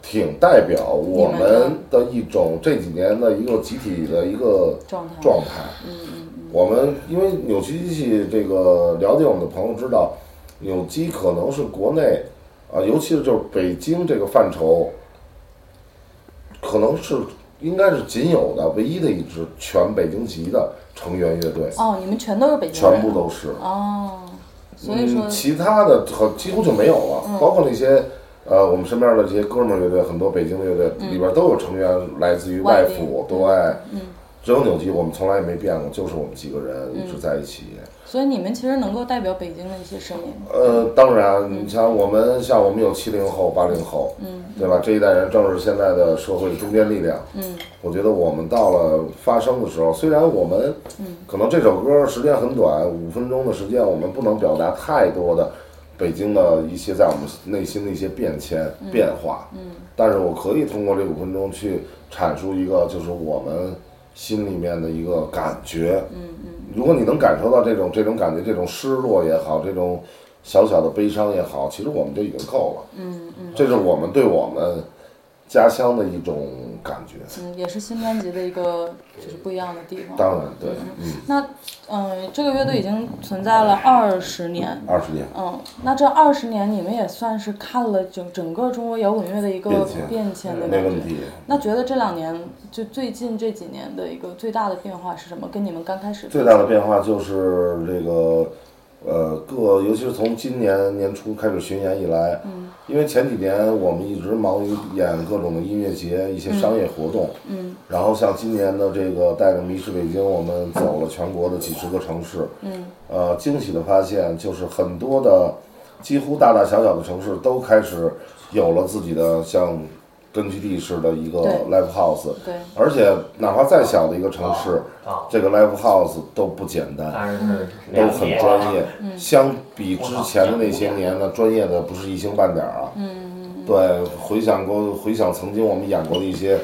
Speaker 2: 挺代表我
Speaker 1: 你们的
Speaker 2: 们的一种这几年的一个集体的一个
Speaker 1: 状态
Speaker 2: 状态。
Speaker 1: 嗯
Speaker 2: 我们因为扭机机器这个了解我们的朋友知道，扭机可能是国内啊、尤其是就是北京这个范畴，可能是应该是仅有的唯一的一支全北京籍的成员乐队，
Speaker 1: 哦，你们全都是北京人啊，
Speaker 2: 全部都是。
Speaker 1: 哦，所以说嗯
Speaker 2: 嗯，其他的好几乎就没有了，包括那些呃我们身边的这些哥们儿乐队，很多北京的乐队、里边都有成员来自于
Speaker 1: 嗯外
Speaker 2: 外
Speaker 1: 地
Speaker 2: 府，对，
Speaker 1: 嗯
Speaker 2: 只有扭机我们从来也没变过，就是我们几个人一直在一起。
Speaker 1: 所以你们其实能够代表北京的一些声音，
Speaker 2: 呃，当然，你像我们，像我们有七零后、八零后，
Speaker 1: 嗯
Speaker 2: 对吧？这一代人正是现在的社会中坚力量。
Speaker 1: 嗯
Speaker 2: 我觉得我们到了发声的时候，虽然我们
Speaker 1: 嗯
Speaker 2: 可能这首歌时间很短，五分钟的时间，我们不能表达太多的北京的一些在我们内心的一些变迁、变化，
Speaker 1: 嗯
Speaker 2: 但是我可以通过这五分钟去阐述一个，就是我们心里面的一个感觉。
Speaker 1: 嗯嗯
Speaker 2: 如果你能感受到这种这种感觉，这种失落也好，这种小小的悲伤也好，其实我们就已经够了。
Speaker 1: 嗯嗯
Speaker 2: 这是我们对我们家乡的一种感觉。
Speaker 1: 嗯，也是新专辑的一个就是不一样的地方。
Speaker 2: 当然，对，嗯，
Speaker 1: 那嗯、这个乐队已经存在了二十年。
Speaker 2: 二十年，
Speaker 1: 嗯，那这二十年你们也算是看了整整个中国摇滚乐的一个
Speaker 2: 变迁嗯
Speaker 1: 变迁的
Speaker 2: 没
Speaker 1: 感
Speaker 2: 问
Speaker 1: 觉。
Speaker 2: 题。
Speaker 1: 那觉得这两年就最近这几年的一个最大的变化是什么？跟你们刚开始比
Speaker 2: 最大的变化就是这个，呃，各尤其是从今年年初开始巡演以来，
Speaker 1: 嗯
Speaker 2: 因为前几年我们一直忙于演各种的音乐节、一些商业活动，
Speaker 1: 嗯
Speaker 2: 然后像今年的这个带着《迷失北京》，我们走了全国的几十个城市，
Speaker 1: 嗯
Speaker 2: 呃，惊喜的发现就是很多的，几乎大大小小的城市都开始有了自己的像根据地似的一个
Speaker 1: 对
Speaker 2: live house，
Speaker 1: 对
Speaker 2: 而且哪怕再小的一个城市，
Speaker 1: 嗯
Speaker 4: 啊，
Speaker 2: 这个 live house 都不简单。
Speaker 4: 但是
Speaker 1: 嗯
Speaker 4: 啊
Speaker 2: 都很专业，相比之前的那些年呢，专业的不是一星半点儿啊。
Speaker 1: 嗯
Speaker 2: 对，回想过，回想曾经我们演过的一些，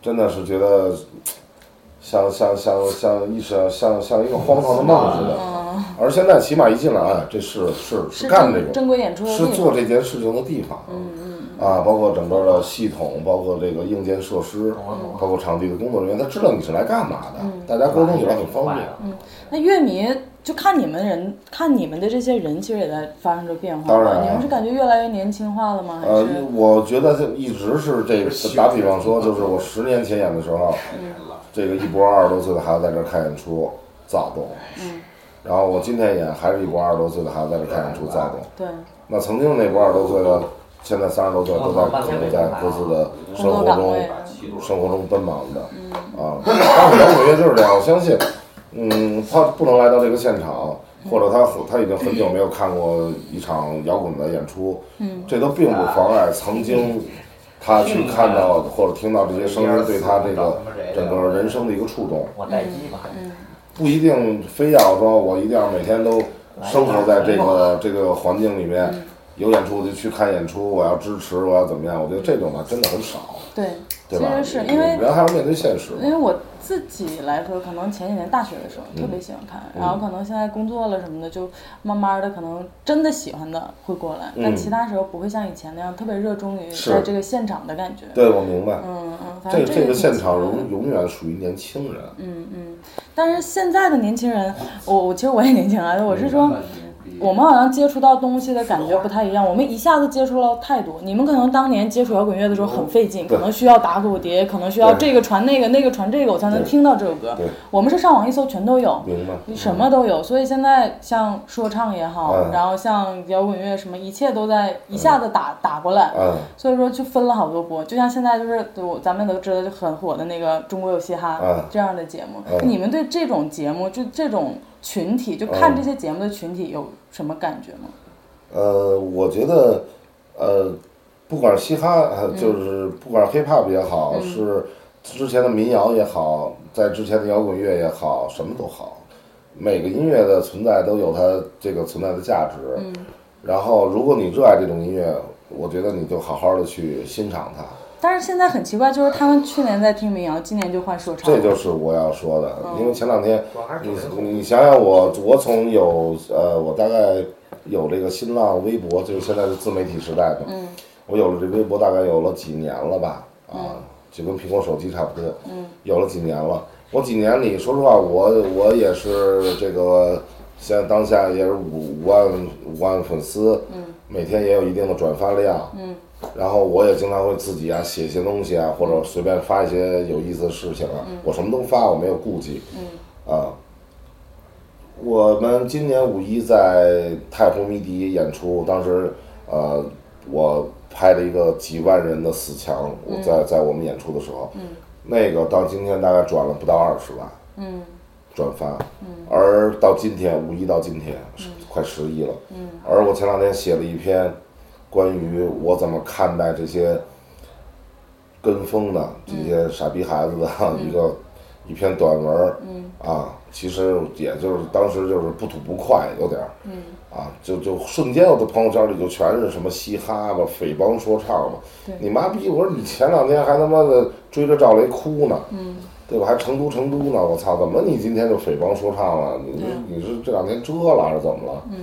Speaker 2: 真的是觉得像像像像一场像像一个荒唐的梦似的。
Speaker 1: 嗯，
Speaker 2: 而现在起码一进来，哎，这是是
Speaker 1: 是
Speaker 2: 干这
Speaker 1: 正
Speaker 2: 个，
Speaker 1: 正规演出的
Speaker 2: 是
Speaker 1: 地
Speaker 2: 做
Speaker 1: 方。
Speaker 2: 这件事情的地方
Speaker 1: 嗯嗯
Speaker 2: 啊，包括整个的系统，包括这个硬件设施，包括场地的工作人员，他知道你是来干嘛的，大家沟通起来很方
Speaker 4: 啊
Speaker 2: 便。
Speaker 1: 那乐迷就看你们人，看你们的这些人，其实也在发生着变化吧。
Speaker 2: 当然啊
Speaker 1: 你们是感觉越来越年轻化了吗？还
Speaker 2: 呃
Speaker 1: 是、，
Speaker 2: 我觉得这一直是这个。打比方说，就是我十年前演的时候，这个一波二十多岁的孩子在这儿看演出，躁动。
Speaker 1: 嗯。
Speaker 2: 然后我今天演还是一波二十多岁的孩子在这儿看演出，躁动。
Speaker 1: 对
Speaker 2: 那曾经那波二十多岁的，现在三十多岁都在可能在各自的
Speaker 1: 工
Speaker 2: 生
Speaker 1: 作
Speaker 2: 活
Speaker 1: 岗
Speaker 2: 中
Speaker 1: 位？
Speaker 2: 生活中奔忙的，
Speaker 1: 嗯
Speaker 2: 啊，但是摇滚乐就是这样。我相信，嗯，他不能来到这个现场，
Speaker 1: 嗯
Speaker 2: 或者他他已经很久没有看过一场摇滚的演出，
Speaker 1: 嗯，
Speaker 2: 这都并不妨碍曾经他去看到或者听到这些声音对他这个整个人生的一个触动，
Speaker 4: 我待机吧，
Speaker 1: 嗯
Speaker 2: 不一定非要说我一定要每天都生活在这个这个环境里面。
Speaker 1: 嗯
Speaker 2: 有演出我就去看演出，我要支持，啊我要怎么样？我觉得这种呢真的很少，
Speaker 1: 对，
Speaker 2: 对吧？
Speaker 1: 其实是因为
Speaker 2: 人还要面对现实嘛。
Speaker 1: 因为我自己来说，可能前几年大学的时候
Speaker 2: 嗯
Speaker 1: 特别喜欢看，然后可能现在工作了什么的，就慢慢的可能真的喜欢的会过来，但其他时候不会像以前那样特别热衷于
Speaker 2: 嗯是
Speaker 1: 在这个现场的感觉。
Speaker 2: 对，我明白。
Speaker 1: 嗯嗯，反
Speaker 2: 这
Speaker 1: 正
Speaker 2: 这
Speaker 1: 个啊
Speaker 2: 个现
Speaker 1: 挺
Speaker 2: 场
Speaker 1: 奇怪的
Speaker 2: 永永远属于年轻人，
Speaker 1: 嗯嗯，但是现在的年轻人，我我其实我也年轻啊，我
Speaker 3: 嗯
Speaker 1: 是说。我
Speaker 6: 我
Speaker 1: 们好像接触到东西的感觉不太一样，我们一下子接触了太多。你们可能当年接触摇滚乐的时候很费劲，可能需要打鼓碟，可能需要
Speaker 2: 对
Speaker 1: 这个传那个，那个传这个，我才能
Speaker 2: 对
Speaker 1: 听到这首歌
Speaker 2: 对。
Speaker 1: 我们是上网一搜全都有，
Speaker 2: 明白？
Speaker 1: 什么都有。所以现在像说唱也好，
Speaker 2: 嗯
Speaker 1: 然后像摇滚乐什么，一切都在一下子打打过来。
Speaker 2: 嗯
Speaker 1: 所以说就分了好多波，就像现在就是我咱们都知道就很火的那个《中国有嘻哈》
Speaker 2: 嗯
Speaker 1: 这样的节目，
Speaker 2: 嗯
Speaker 1: 你们对这种节目就这种群体就看这些节目的群体有什么感觉吗？
Speaker 2: 呃，我觉得，呃，不管是嘻哈，
Speaker 1: 嗯
Speaker 2: 呃就是不管是 hip hop 也好，是之前的民谣也好，在之前的摇滚乐也好，什么都好，每个音乐的存在都有它这个存在的价值。
Speaker 1: 嗯
Speaker 2: 然后，如果你热爱这种音乐，我觉得你就好好的去欣赏它。
Speaker 1: 但是现在很奇怪，就是他们去年在听民谣，今年就换说唱了，
Speaker 2: 这就是我要说的，因为前两天
Speaker 4: 我还是挺
Speaker 2: 你你想想我，我从有呃，我大概有这个新浪微博，就是现在的自媒体时代嘛，我有了这微博大概有了几年了吧，啊，就跟苹果手机差不多，有了几年了。我几年里，说实话，我我也是这个，现在当下也是五五万五万粉丝，每天也有一定的转发量，然后我也经常会自己啊写一些东西啊，或者随便发一些有意思的事情啊，我什么都发，我没有顾忌。嗯，啊，我们今年五一在太湖迷笛演出，当时呃，我拍了一个几万人的死墙，我在在我们演出的时候，那个到今天大概转了不到二十万，嗯，转发，而到今天五一到今天、快十亿了，嗯，而我前两天写了一篇。关于我怎么看待这些跟风的这些傻逼孩子的 一个、一篇短文儿，啊，其实也就是当时就是不吐不快，有点儿，啊，就就瞬间我的朋友圈里就全是什么嘻哈吧、匪帮说唱吧，你妈逼！我说你前两天还他妈的追着赵雷哭呢，对吧？还成都成都呢，我操，怎么你今天就匪帮说唱了？你
Speaker 1: 啊
Speaker 2: 你你是这两天遮了还是怎么了？
Speaker 1: 嗯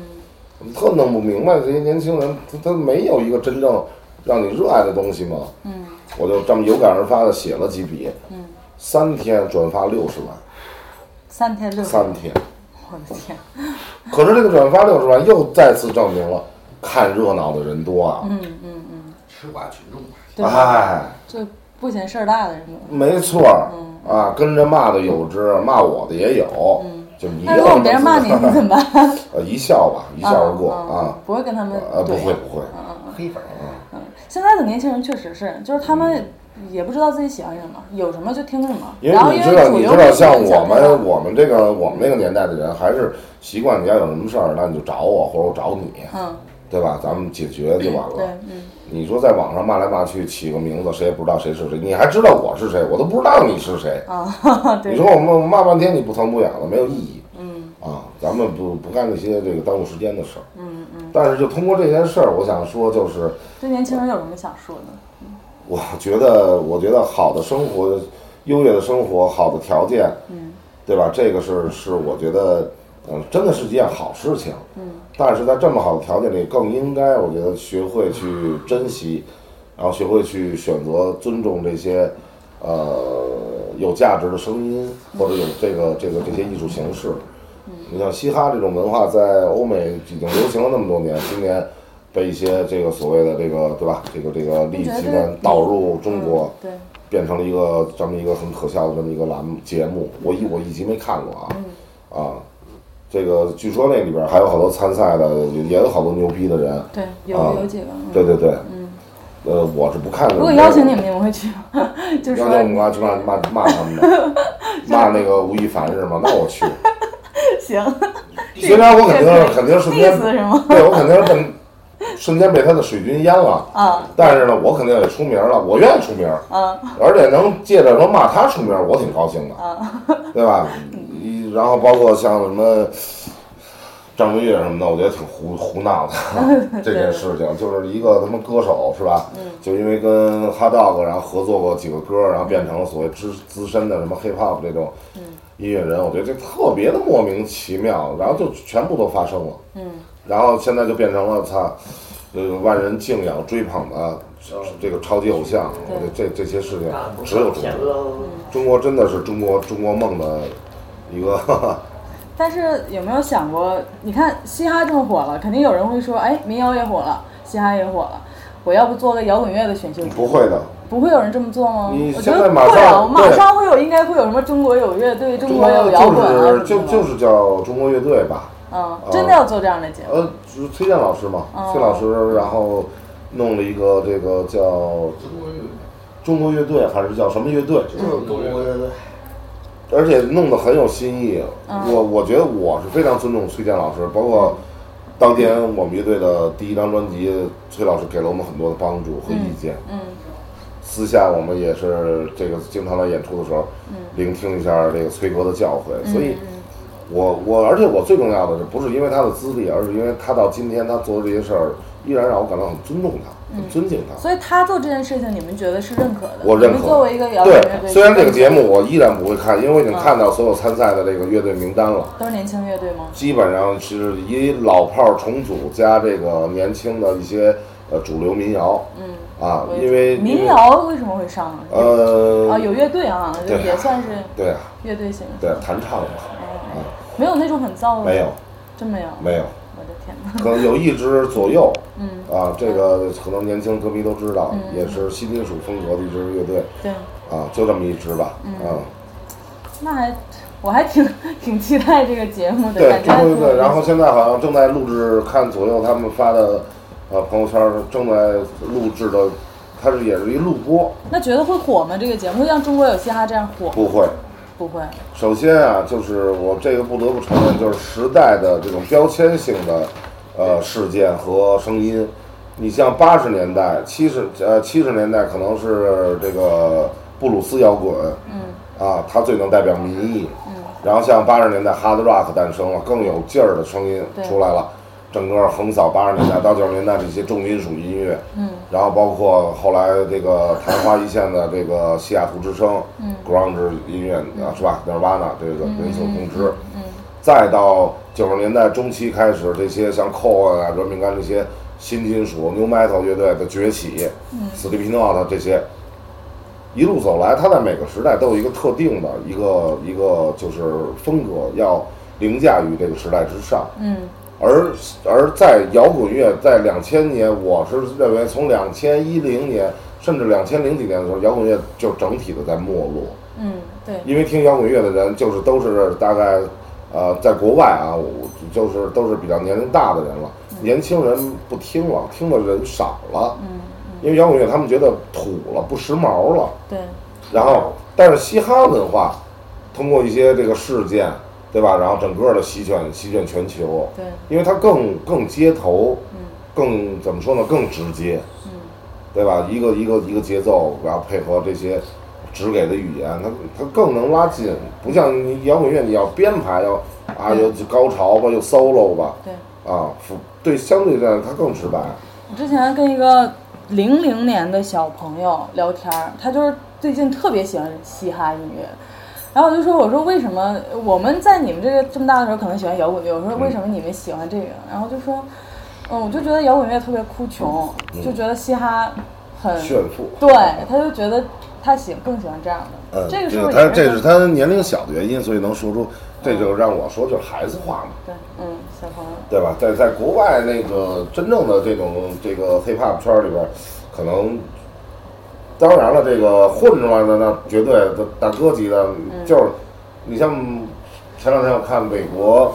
Speaker 2: 我特弄不明白这些年轻人，他他没有一个真正让你热爱的东西吗？嗯，我就这么有感而发的写了几笔，嗯，三天转发六十万，
Speaker 1: 三天六
Speaker 2: 三天，
Speaker 1: 我的天，
Speaker 2: 可是这个转发六十万又再次证明了看热闹的人多啊，嗯，
Speaker 6: 吃瓜群众吧，
Speaker 1: 对吧？
Speaker 2: 哎，
Speaker 1: 就不嫌事儿大的人多。
Speaker 2: 没错儿，
Speaker 1: 嗯
Speaker 2: 啊，跟着骂的有之，骂我的也有，就一
Speaker 1: 那
Speaker 2: 样
Speaker 1: 如
Speaker 2: 的
Speaker 1: 哎果别人骂你，你怎么 办？
Speaker 2: 呃，一笑吧，一笑而过
Speaker 1: 嗯
Speaker 2: 啊，，
Speaker 1: 不会跟他们
Speaker 2: 呃，不
Speaker 1: 对
Speaker 2: 会不会，
Speaker 4: 黑粉儿，
Speaker 1: 现在的年轻人确实是，就是他
Speaker 2: 嗯
Speaker 1: 们也不知道自己喜欢什么，有什么就听什么。
Speaker 2: 因为
Speaker 1: 然后
Speaker 2: 你
Speaker 1: 因
Speaker 2: 知道，
Speaker 1: 主
Speaker 2: 你
Speaker 1: 流
Speaker 2: 知道，
Speaker 1: 媒体
Speaker 2: 像
Speaker 1: 影响
Speaker 2: 我
Speaker 1: 太大
Speaker 2: 们我们这个我们那个年代的人，还是习惯你要有什么事儿，那你就找我或者我找你，
Speaker 1: 嗯，
Speaker 2: 对吧？咱们解决就完
Speaker 1: 对
Speaker 2: 了。，
Speaker 1: 嗯，
Speaker 2: 你说在网上骂来骂去，起个名字，谁也不知道谁是谁，你还知道我是谁，我都不知道你是谁。
Speaker 1: 啊，
Speaker 2: 你
Speaker 1: 对
Speaker 2: 说，我们骂半天，你不疼不痒的，没有意义。嗯啊，咱们不不干这些这个耽误时间的事儿。嗯嗯。但是就通过这件事儿，我想说就是。
Speaker 1: 对年轻人有什么想说的？
Speaker 2: 我觉得，我觉得好的生活、优越的生活、好的条件，嗯，对吧？这个是是我觉得，嗯、真的是件好事情。嗯，但是在这么好的条件里，更应该我觉得学会去珍惜，然后学会去选择尊重这些，呃，有价值的声音或者有这个这个这些艺术形式。你像嘻哈这种文化，在欧美已经流行了那么多年，今年被一些这个所谓的这个对吧，这个这个利益集团导入中国，
Speaker 1: 对，
Speaker 2: 变成了一个这么一个很可笑的这么一个栏目节目。我一我一集没看过
Speaker 1: 嗯
Speaker 2: 啊，啊，这个据说那里边还有好多参赛的，也有好多牛逼的人。
Speaker 1: 对，有
Speaker 2: 啊
Speaker 1: 有几个。嗯
Speaker 2: 对对对，呃，我是不看的。
Speaker 1: 如果邀请你们，你们会去吗？ 就
Speaker 2: 邀请我
Speaker 1: 说
Speaker 2: 们妈去骂骂骂他 们的，骂那个吴亦凡是吗？那我去。
Speaker 1: 行，
Speaker 2: 虽然我肯定
Speaker 1: 这
Speaker 2: 是
Speaker 1: 个
Speaker 2: 肯定瞬
Speaker 1: 意
Speaker 2: 间
Speaker 1: 思是吗？
Speaker 2: 对我肯定是被瞬间被他的水军淹了，
Speaker 1: 啊
Speaker 2: 但是呢，我肯定也出名了，我愿意出名，
Speaker 1: 啊，
Speaker 2: 而且能借着能骂他出名，我挺高兴的，对吧？一然后包括像什么，张震岳什么的，我觉得挺胡胡闹的这件事情，就是一个他妈歌手是吧？就因为跟哈 dog 然后合作过几个歌，然后变成了所谓资资深的什么 hip hop 这种音乐人，我觉得这特别的莫名其妙，然后就全部都发生了。嗯，然后现在就变成了他，呃，万人敬仰追捧
Speaker 4: 嗯
Speaker 2: 的这个超级偶像，我觉得这这些事情
Speaker 4: 那啊不是
Speaker 2: 只有中
Speaker 4: 骗
Speaker 2: 国，
Speaker 4: 子，
Speaker 2: 中国真的是中国中国梦的一个
Speaker 1: 但是有没有想过，你看嘻哈这么火了，肯定有人会说，哎，民谣也火了，嘻哈也火了，我要不做个摇滚乐的选秀节目？
Speaker 2: 不会的。
Speaker 1: 不会有人这么做吗？
Speaker 2: 你
Speaker 1: 我觉
Speaker 2: 现
Speaker 1: 得
Speaker 2: 在马
Speaker 1: 会
Speaker 2: 上
Speaker 1: 啊，马
Speaker 2: 对
Speaker 1: 上会有，应该会有什么中国有乐队，中
Speaker 2: 中
Speaker 1: 国
Speaker 2: 国
Speaker 1: 有摇滚啊
Speaker 2: 就是
Speaker 1: 什
Speaker 2: 就
Speaker 1: 么的
Speaker 2: 就是叫中国乐队吧，
Speaker 1: 嗯，真的要做这样的节目，
Speaker 2: 呃，就是崔健老师嘛，
Speaker 1: 哦
Speaker 2: 崔老师，然后弄了一个这个叫中国乐队还是叫什么乐队，
Speaker 4: 我觉得
Speaker 2: 而且弄得很有新意。
Speaker 1: 嗯
Speaker 2: 我我觉得我是非常尊重崔健老师，包括当年我们乐队的第一张专辑，崔老师给了我们很多的帮助和意见。
Speaker 1: 嗯，
Speaker 2: 私下我们也是这个经常来演出的时候，
Speaker 1: 嗯
Speaker 2: 聆听一下这个崔哥的教诲，所以。我我，而且我最重要的是，不是因为他的资历，而是因为他到今天他做的这些事儿，依然让我感到很尊重他，
Speaker 1: 嗯
Speaker 2: 很尊敬他。
Speaker 1: 所以他做这件事情，你们觉得是认可的？
Speaker 2: 我认
Speaker 1: 你
Speaker 2: 可。
Speaker 1: 们作为一个摇滚乐队，
Speaker 2: 对，虽然这个节目我依然不会看，因为我已
Speaker 1: 嗯
Speaker 2: 经看到所有参赛的这个乐队名单了，
Speaker 1: 都是年轻乐队吗？
Speaker 2: 基本上是以老炮儿重组加这个年轻的一些呃主流民谣。嗯。啊，
Speaker 1: 我也
Speaker 2: 因为
Speaker 1: 民。谣为什么会上呢？
Speaker 2: 因为呃。
Speaker 1: 啊，有乐队啊，就
Speaker 2: 对
Speaker 1: 也算是
Speaker 2: 对啊，
Speaker 1: 乐队型，嗯
Speaker 2: 对啊，弹唱嘛，
Speaker 1: 没有那种很燥的，
Speaker 2: 没有，
Speaker 1: 真没有，
Speaker 2: 没有。
Speaker 1: 我的天哪！
Speaker 2: 可能有一支左右，嗯，啊，这个可能年轻歌迷都知道，也是新金属风格的一支乐队，
Speaker 1: 对，
Speaker 2: 啊，就这么一支吧，嗯，
Speaker 1: 那还我还挺挺期待这个节目的，
Speaker 2: 对
Speaker 1: 感，觉
Speaker 2: 中
Speaker 1: 还挺有意
Speaker 2: 国乐
Speaker 1: 思
Speaker 2: 队，然后现在好像正在录制，看左右他们发的，呃，朋友圈儿正在录制的，它是也是一录播，
Speaker 1: 那觉得会火吗？这个节目会像中国有嘻哈这样火？
Speaker 2: 不会，
Speaker 1: 不会，
Speaker 2: 首先啊，就是我这个不得不承认，就是时代的这种标签性的呃事件和声音。你像八十年代、七十呃七十年代，可能是这个布鲁斯摇滚，嗯，啊，它最能代表民意。嗯，然后像八十年代 hard rock 诞生了，更有劲儿的声音
Speaker 1: 对
Speaker 2: 出来了。整个横扫八十年代到九十年代这些重金属音乐，嗯，然后包括后来这个昙花一现的这个西雅图之声，嗯，grunge 音乐啊，是吧？Nirvana 这个人所共知，嗯，再到九十年代中期开始，这些像 Coil 啊、软饼干这些新金属 New Metal 乐队的崛起，嗯，Sleepy Not 这些，一路走来，它在每个时代都有一个特定的一个一个就是风格，要凌驾于这个时代之上，
Speaker 1: 嗯
Speaker 2: 而而在摇滚乐在两千年，我是认为从两千一零年甚至两千零几年的时候，摇滚乐就整体的在没落，
Speaker 1: 嗯，对，
Speaker 2: 因为听摇滚乐的人就是都是大概，呃，在国外啊，我就是都是比较年龄大的人了，年轻人不听了，听的人少
Speaker 1: 嗯
Speaker 2: 了，因为摇滚乐他们觉得土了，不时髦了，
Speaker 1: 对，
Speaker 2: 然后，但是嘻哈文化通过一些这个事件，对吧？然后整个的席卷席卷全球，
Speaker 1: 对，嗯
Speaker 2: 因为它更更街头，更怎么说呢？更直接，对吧？一个一个一个节奏，然后配合这些直给的语言，它它更能拉近，不像你摇滚乐你要编排要啊有高潮吧，有 solo 吧，
Speaker 1: 嗯对
Speaker 2: 啊，复对相对战它更直白，
Speaker 1: 我之前跟一个零零年的小朋友聊天儿，他就是最近特别喜欢嘻哈音乐，然后我就说，我说为什么我们在你们这个这么大的时候可能喜欢摇滚乐，我说为什么你们喜欢这个？然后就说，嗯，我就觉得摇滚乐特别哭穷，
Speaker 2: 嗯
Speaker 1: 就觉得嘻哈很
Speaker 2: 炫富。
Speaker 1: 嗯对，他就觉得他喜更喜欢这样的。
Speaker 2: 嗯，
Speaker 1: 这个是不
Speaker 2: 个
Speaker 1: 是
Speaker 2: 他
Speaker 1: 也
Speaker 2: 这
Speaker 1: 跟
Speaker 2: 是他年龄小的原因，所以能说出，这就是让我说就是孩子话嘛，
Speaker 1: 对，嗯，小朋友，
Speaker 2: 对吧？在在国外那个真正的这种这个 hip hop 圈里边，可能，当然了，这个混出来的那绝对的大哥级的，就是你像前两天我看美国。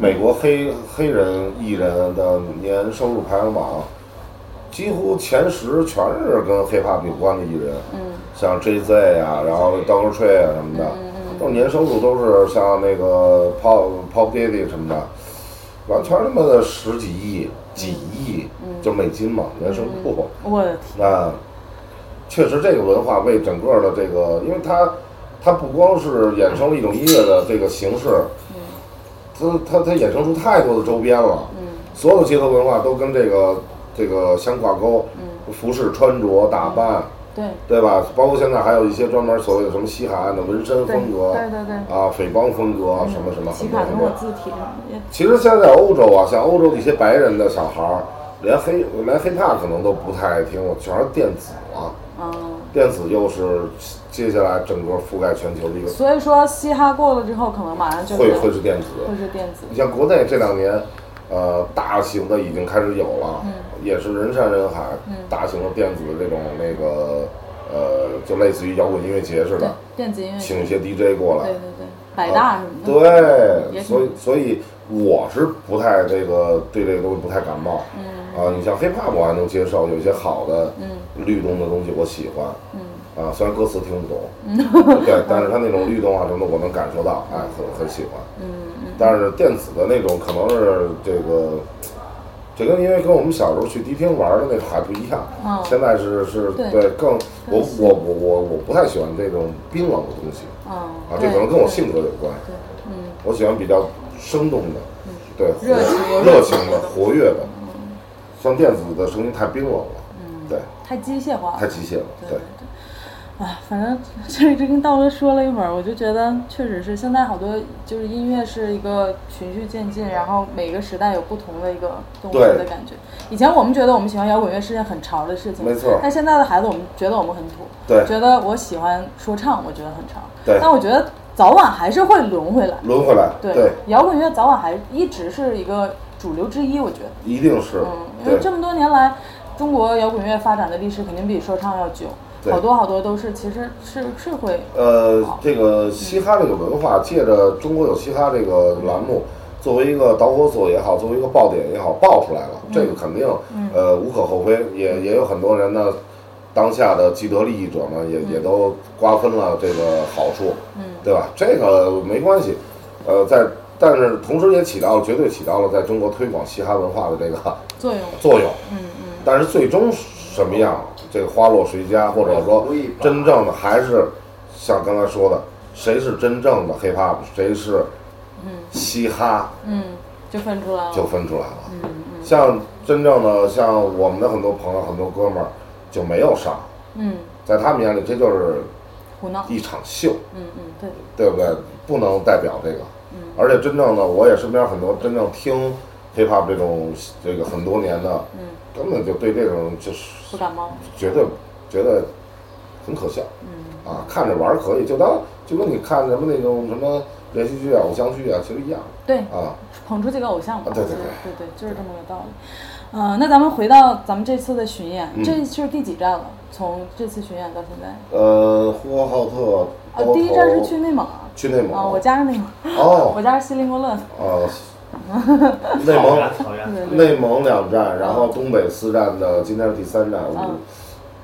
Speaker 2: 美国黑黑人艺人的年收入排行榜，几乎前十全是跟 hip hop 有关的艺人，
Speaker 1: 嗯
Speaker 2: 像 J Z 啊，然后 Dr. Dre 啊什么的，都年收入都是像那个 Pop Pop Diddy 什么的，完全他妈的十几亿、几亿，就美金嘛，年收入。
Speaker 1: 我的天，
Speaker 2: 那确实，这个文化为整个的这个，因为它它不光是衍生了一种音乐的这个形式，它它它衍生出太多的周边了，所有街头文化都跟这个这个相挂钩，服饰穿着打扮，
Speaker 1: 对
Speaker 2: 对吧？包括现在还有一些专门所谓的什么西海岸的纹身
Speaker 1: 对
Speaker 2: 风格，
Speaker 1: 对对对嗯
Speaker 2: 啊，匪帮风格什么什么
Speaker 1: 骑
Speaker 2: 很
Speaker 1: 卡
Speaker 2: 多
Speaker 1: 通
Speaker 2: 很
Speaker 1: 我
Speaker 2: 多。
Speaker 1: 字体上也
Speaker 2: 其实现在欧洲啊，像欧洲的一些白人的小孩儿，连黑连黑怕可能都不太爱听，我全是电子了。
Speaker 1: 嗯。
Speaker 2: 电子又是接下来整个覆盖全球的一个，
Speaker 1: 所以说嘻哈过了之后，可能马上就是
Speaker 2: 会会是电子。
Speaker 1: 会是电子，
Speaker 2: 你像国内这两年，呃，大型的已经开始有了，
Speaker 1: 嗯
Speaker 2: 也是人山人海，大型的电子这种那个，呃，就类似于摇滚音乐节似
Speaker 1: 对
Speaker 2: 的，
Speaker 1: 电子音乐，
Speaker 2: 请一些 DJ 过来
Speaker 1: 对对，对，百大什么的，
Speaker 2: 啊对，
Speaker 1: 也挺
Speaker 2: 所以所以我是不太这个对这个东西不太感冒。
Speaker 1: 嗯
Speaker 2: 啊，你像 hiphop 我还能接受，有一些好的律动的东西我喜欢。
Speaker 1: 嗯
Speaker 2: 啊，虽然歌词听不懂， 对，但是它那种律动啊什么的，我能感 受到，哎，很很喜欢。
Speaker 1: 嗯
Speaker 2: 但是电子的那种可能是这个，这跟因为跟我们小时候去迪厅玩的那个还不一样。
Speaker 1: 嗯
Speaker 2: 现在是是
Speaker 1: 对
Speaker 2: 对更我我我我我不太喜欢这种冰冷的东西。
Speaker 1: 嗯，
Speaker 2: 啊，这
Speaker 1: 对
Speaker 2: 可能跟我性格有关。
Speaker 1: 嗯，
Speaker 2: 我喜欢比较生动的，对，活
Speaker 1: 热情嗯
Speaker 2: 热情的、活跃的。像电子的声音太冰冷了，对，
Speaker 1: 太机械化了，
Speaker 2: 太机械了，对。
Speaker 1: 哎，反正这这跟道哥说了一会儿，我就觉得确实是现在好多就是音乐是一个循序渐进，然后每个时代有不同的一个东西
Speaker 2: 对
Speaker 1: 的感觉。以前我们觉得我们喜欢摇滚乐是件很潮的事情，
Speaker 2: 没错
Speaker 1: 但现在的孩子，我们觉得我们很土，
Speaker 2: 对
Speaker 1: 觉得我喜欢说唱，我觉得很潮，
Speaker 2: 对
Speaker 1: 但我觉得早晚还是会轮回来，
Speaker 2: 轮回来，
Speaker 1: 对，
Speaker 2: 对，
Speaker 1: 摇滚乐早晚还一直是一个主流之一，我觉得。
Speaker 2: 一定是
Speaker 1: 嗯，，因为
Speaker 2: 对
Speaker 1: 这，么多年来，中国摇滚乐发展的历史肯定比说唱要久，
Speaker 2: 对
Speaker 1: 好多好多都是其实是是会，
Speaker 2: 呃，这个嘻哈这个文化，借着中国有嘻哈这个栏目，作为一个导火索也好，作为一个爆点也好，爆出来了，这个肯定，呃，无可厚非。也也有很多人呢，当下的既得利益者们也也都瓜分了这个好处，对吧？这个没关系，呃，在但是同时也起到了绝对起到了在中国推广嘻哈文化的这个
Speaker 1: 作用。
Speaker 2: 作用。嗯嗯。但是最终什么样，这个花落谁家，或者说真正的还是像刚才说的，谁是真正的 hip hop，谁是嘻哈，
Speaker 1: 嗯，就分出来了。嗯
Speaker 2: 就分出来了。像真正的像我们的很多朋友、很多哥们儿就没有上，
Speaker 1: 嗯，
Speaker 2: 在他们眼里这就是
Speaker 1: 胡闹。
Speaker 2: 一场秀，
Speaker 1: 嗯嗯，对，
Speaker 2: 对不对？不能代表这个。而且真正的，我也身边很多真正听 hip hop 这种这个很多年的，根本就对这种就是
Speaker 1: 嗯不感冒。
Speaker 2: 觉得觉得很可笑，
Speaker 1: 嗯
Speaker 2: 啊，看着玩儿可以，就当就跟你看什么那种什么连续剧啊、偶像剧啊，其实一样
Speaker 1: 对，
Speaker 2: 啊。
Speaker 1: 捧出几个偶像吧。
Speaker 2: 啊对对
Speaker 1: 对
Speaker 2: 对
Speaker 1: 对就是这么个道理。嗯、那咱们回到咱们这次的巡演，
Speaker 2: 嗯
Speaker 1: 这是第几站了？从这次巡演到现在，
Speaker 2: 呃，呼和浩特，
Speaker 1: 呃，
Speaker 2: 包
Speaker 1: 第一站是
Speaker 2: 头
Speaker 1: 去内蒙啊，
Speaker 2: 去哦内蒙
Speaker 1: 啊，我家是内蒙，我
Speaker 2: 哦，
Speaker 1: 家是锡林郭勒，
Speaker 2: 呃， 内蒙
Speaker 4: 草原，
Speaker 2: 内蒙两站，然后东北四站的，今天是第三站，
Speaker 1: 嗯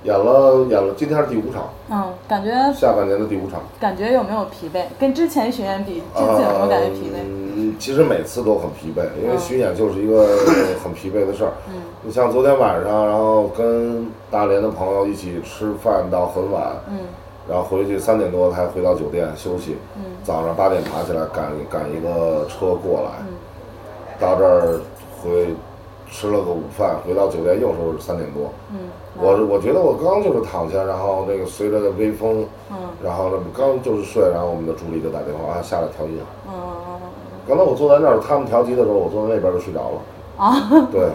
Speaker 2: 演了演了，今天是第五场，
Speaker 1: 嗯，感觉
Speaker 2: 下半年的第五场。
Speaker 1: 感觉有没有疲惫？跟之前巡演比，这次有没有感觉疲惫？
Speaker 2: 嗯，其实每次都很疲惫，因为巡演就是一个呃很疲惫的事儿。你像昨天晚上，然后跟大连的朋友一起吃饭到很晚，
Speaker 1: 嗯
Speaker 2: 然后回去三点多才回到酒店休息，早上八点爬起来赶赶一个车过来，到这儿回吃了个午饭，回到酒店又是三点多。
Speaker 1: 嗯
Speaker 2: 我我觉得我刚就是躺下，然后那个随着微风，
Speaker 1: 嗯
Speaker 2: 然后那么刚就是睡，然后我们的助理就打电话啊下来调音。
Speaker 1: 嗯，
Speaker 2: 刚才我坐在那儿，他们调机的时候，我坐在那边就睡着了。啊， 对，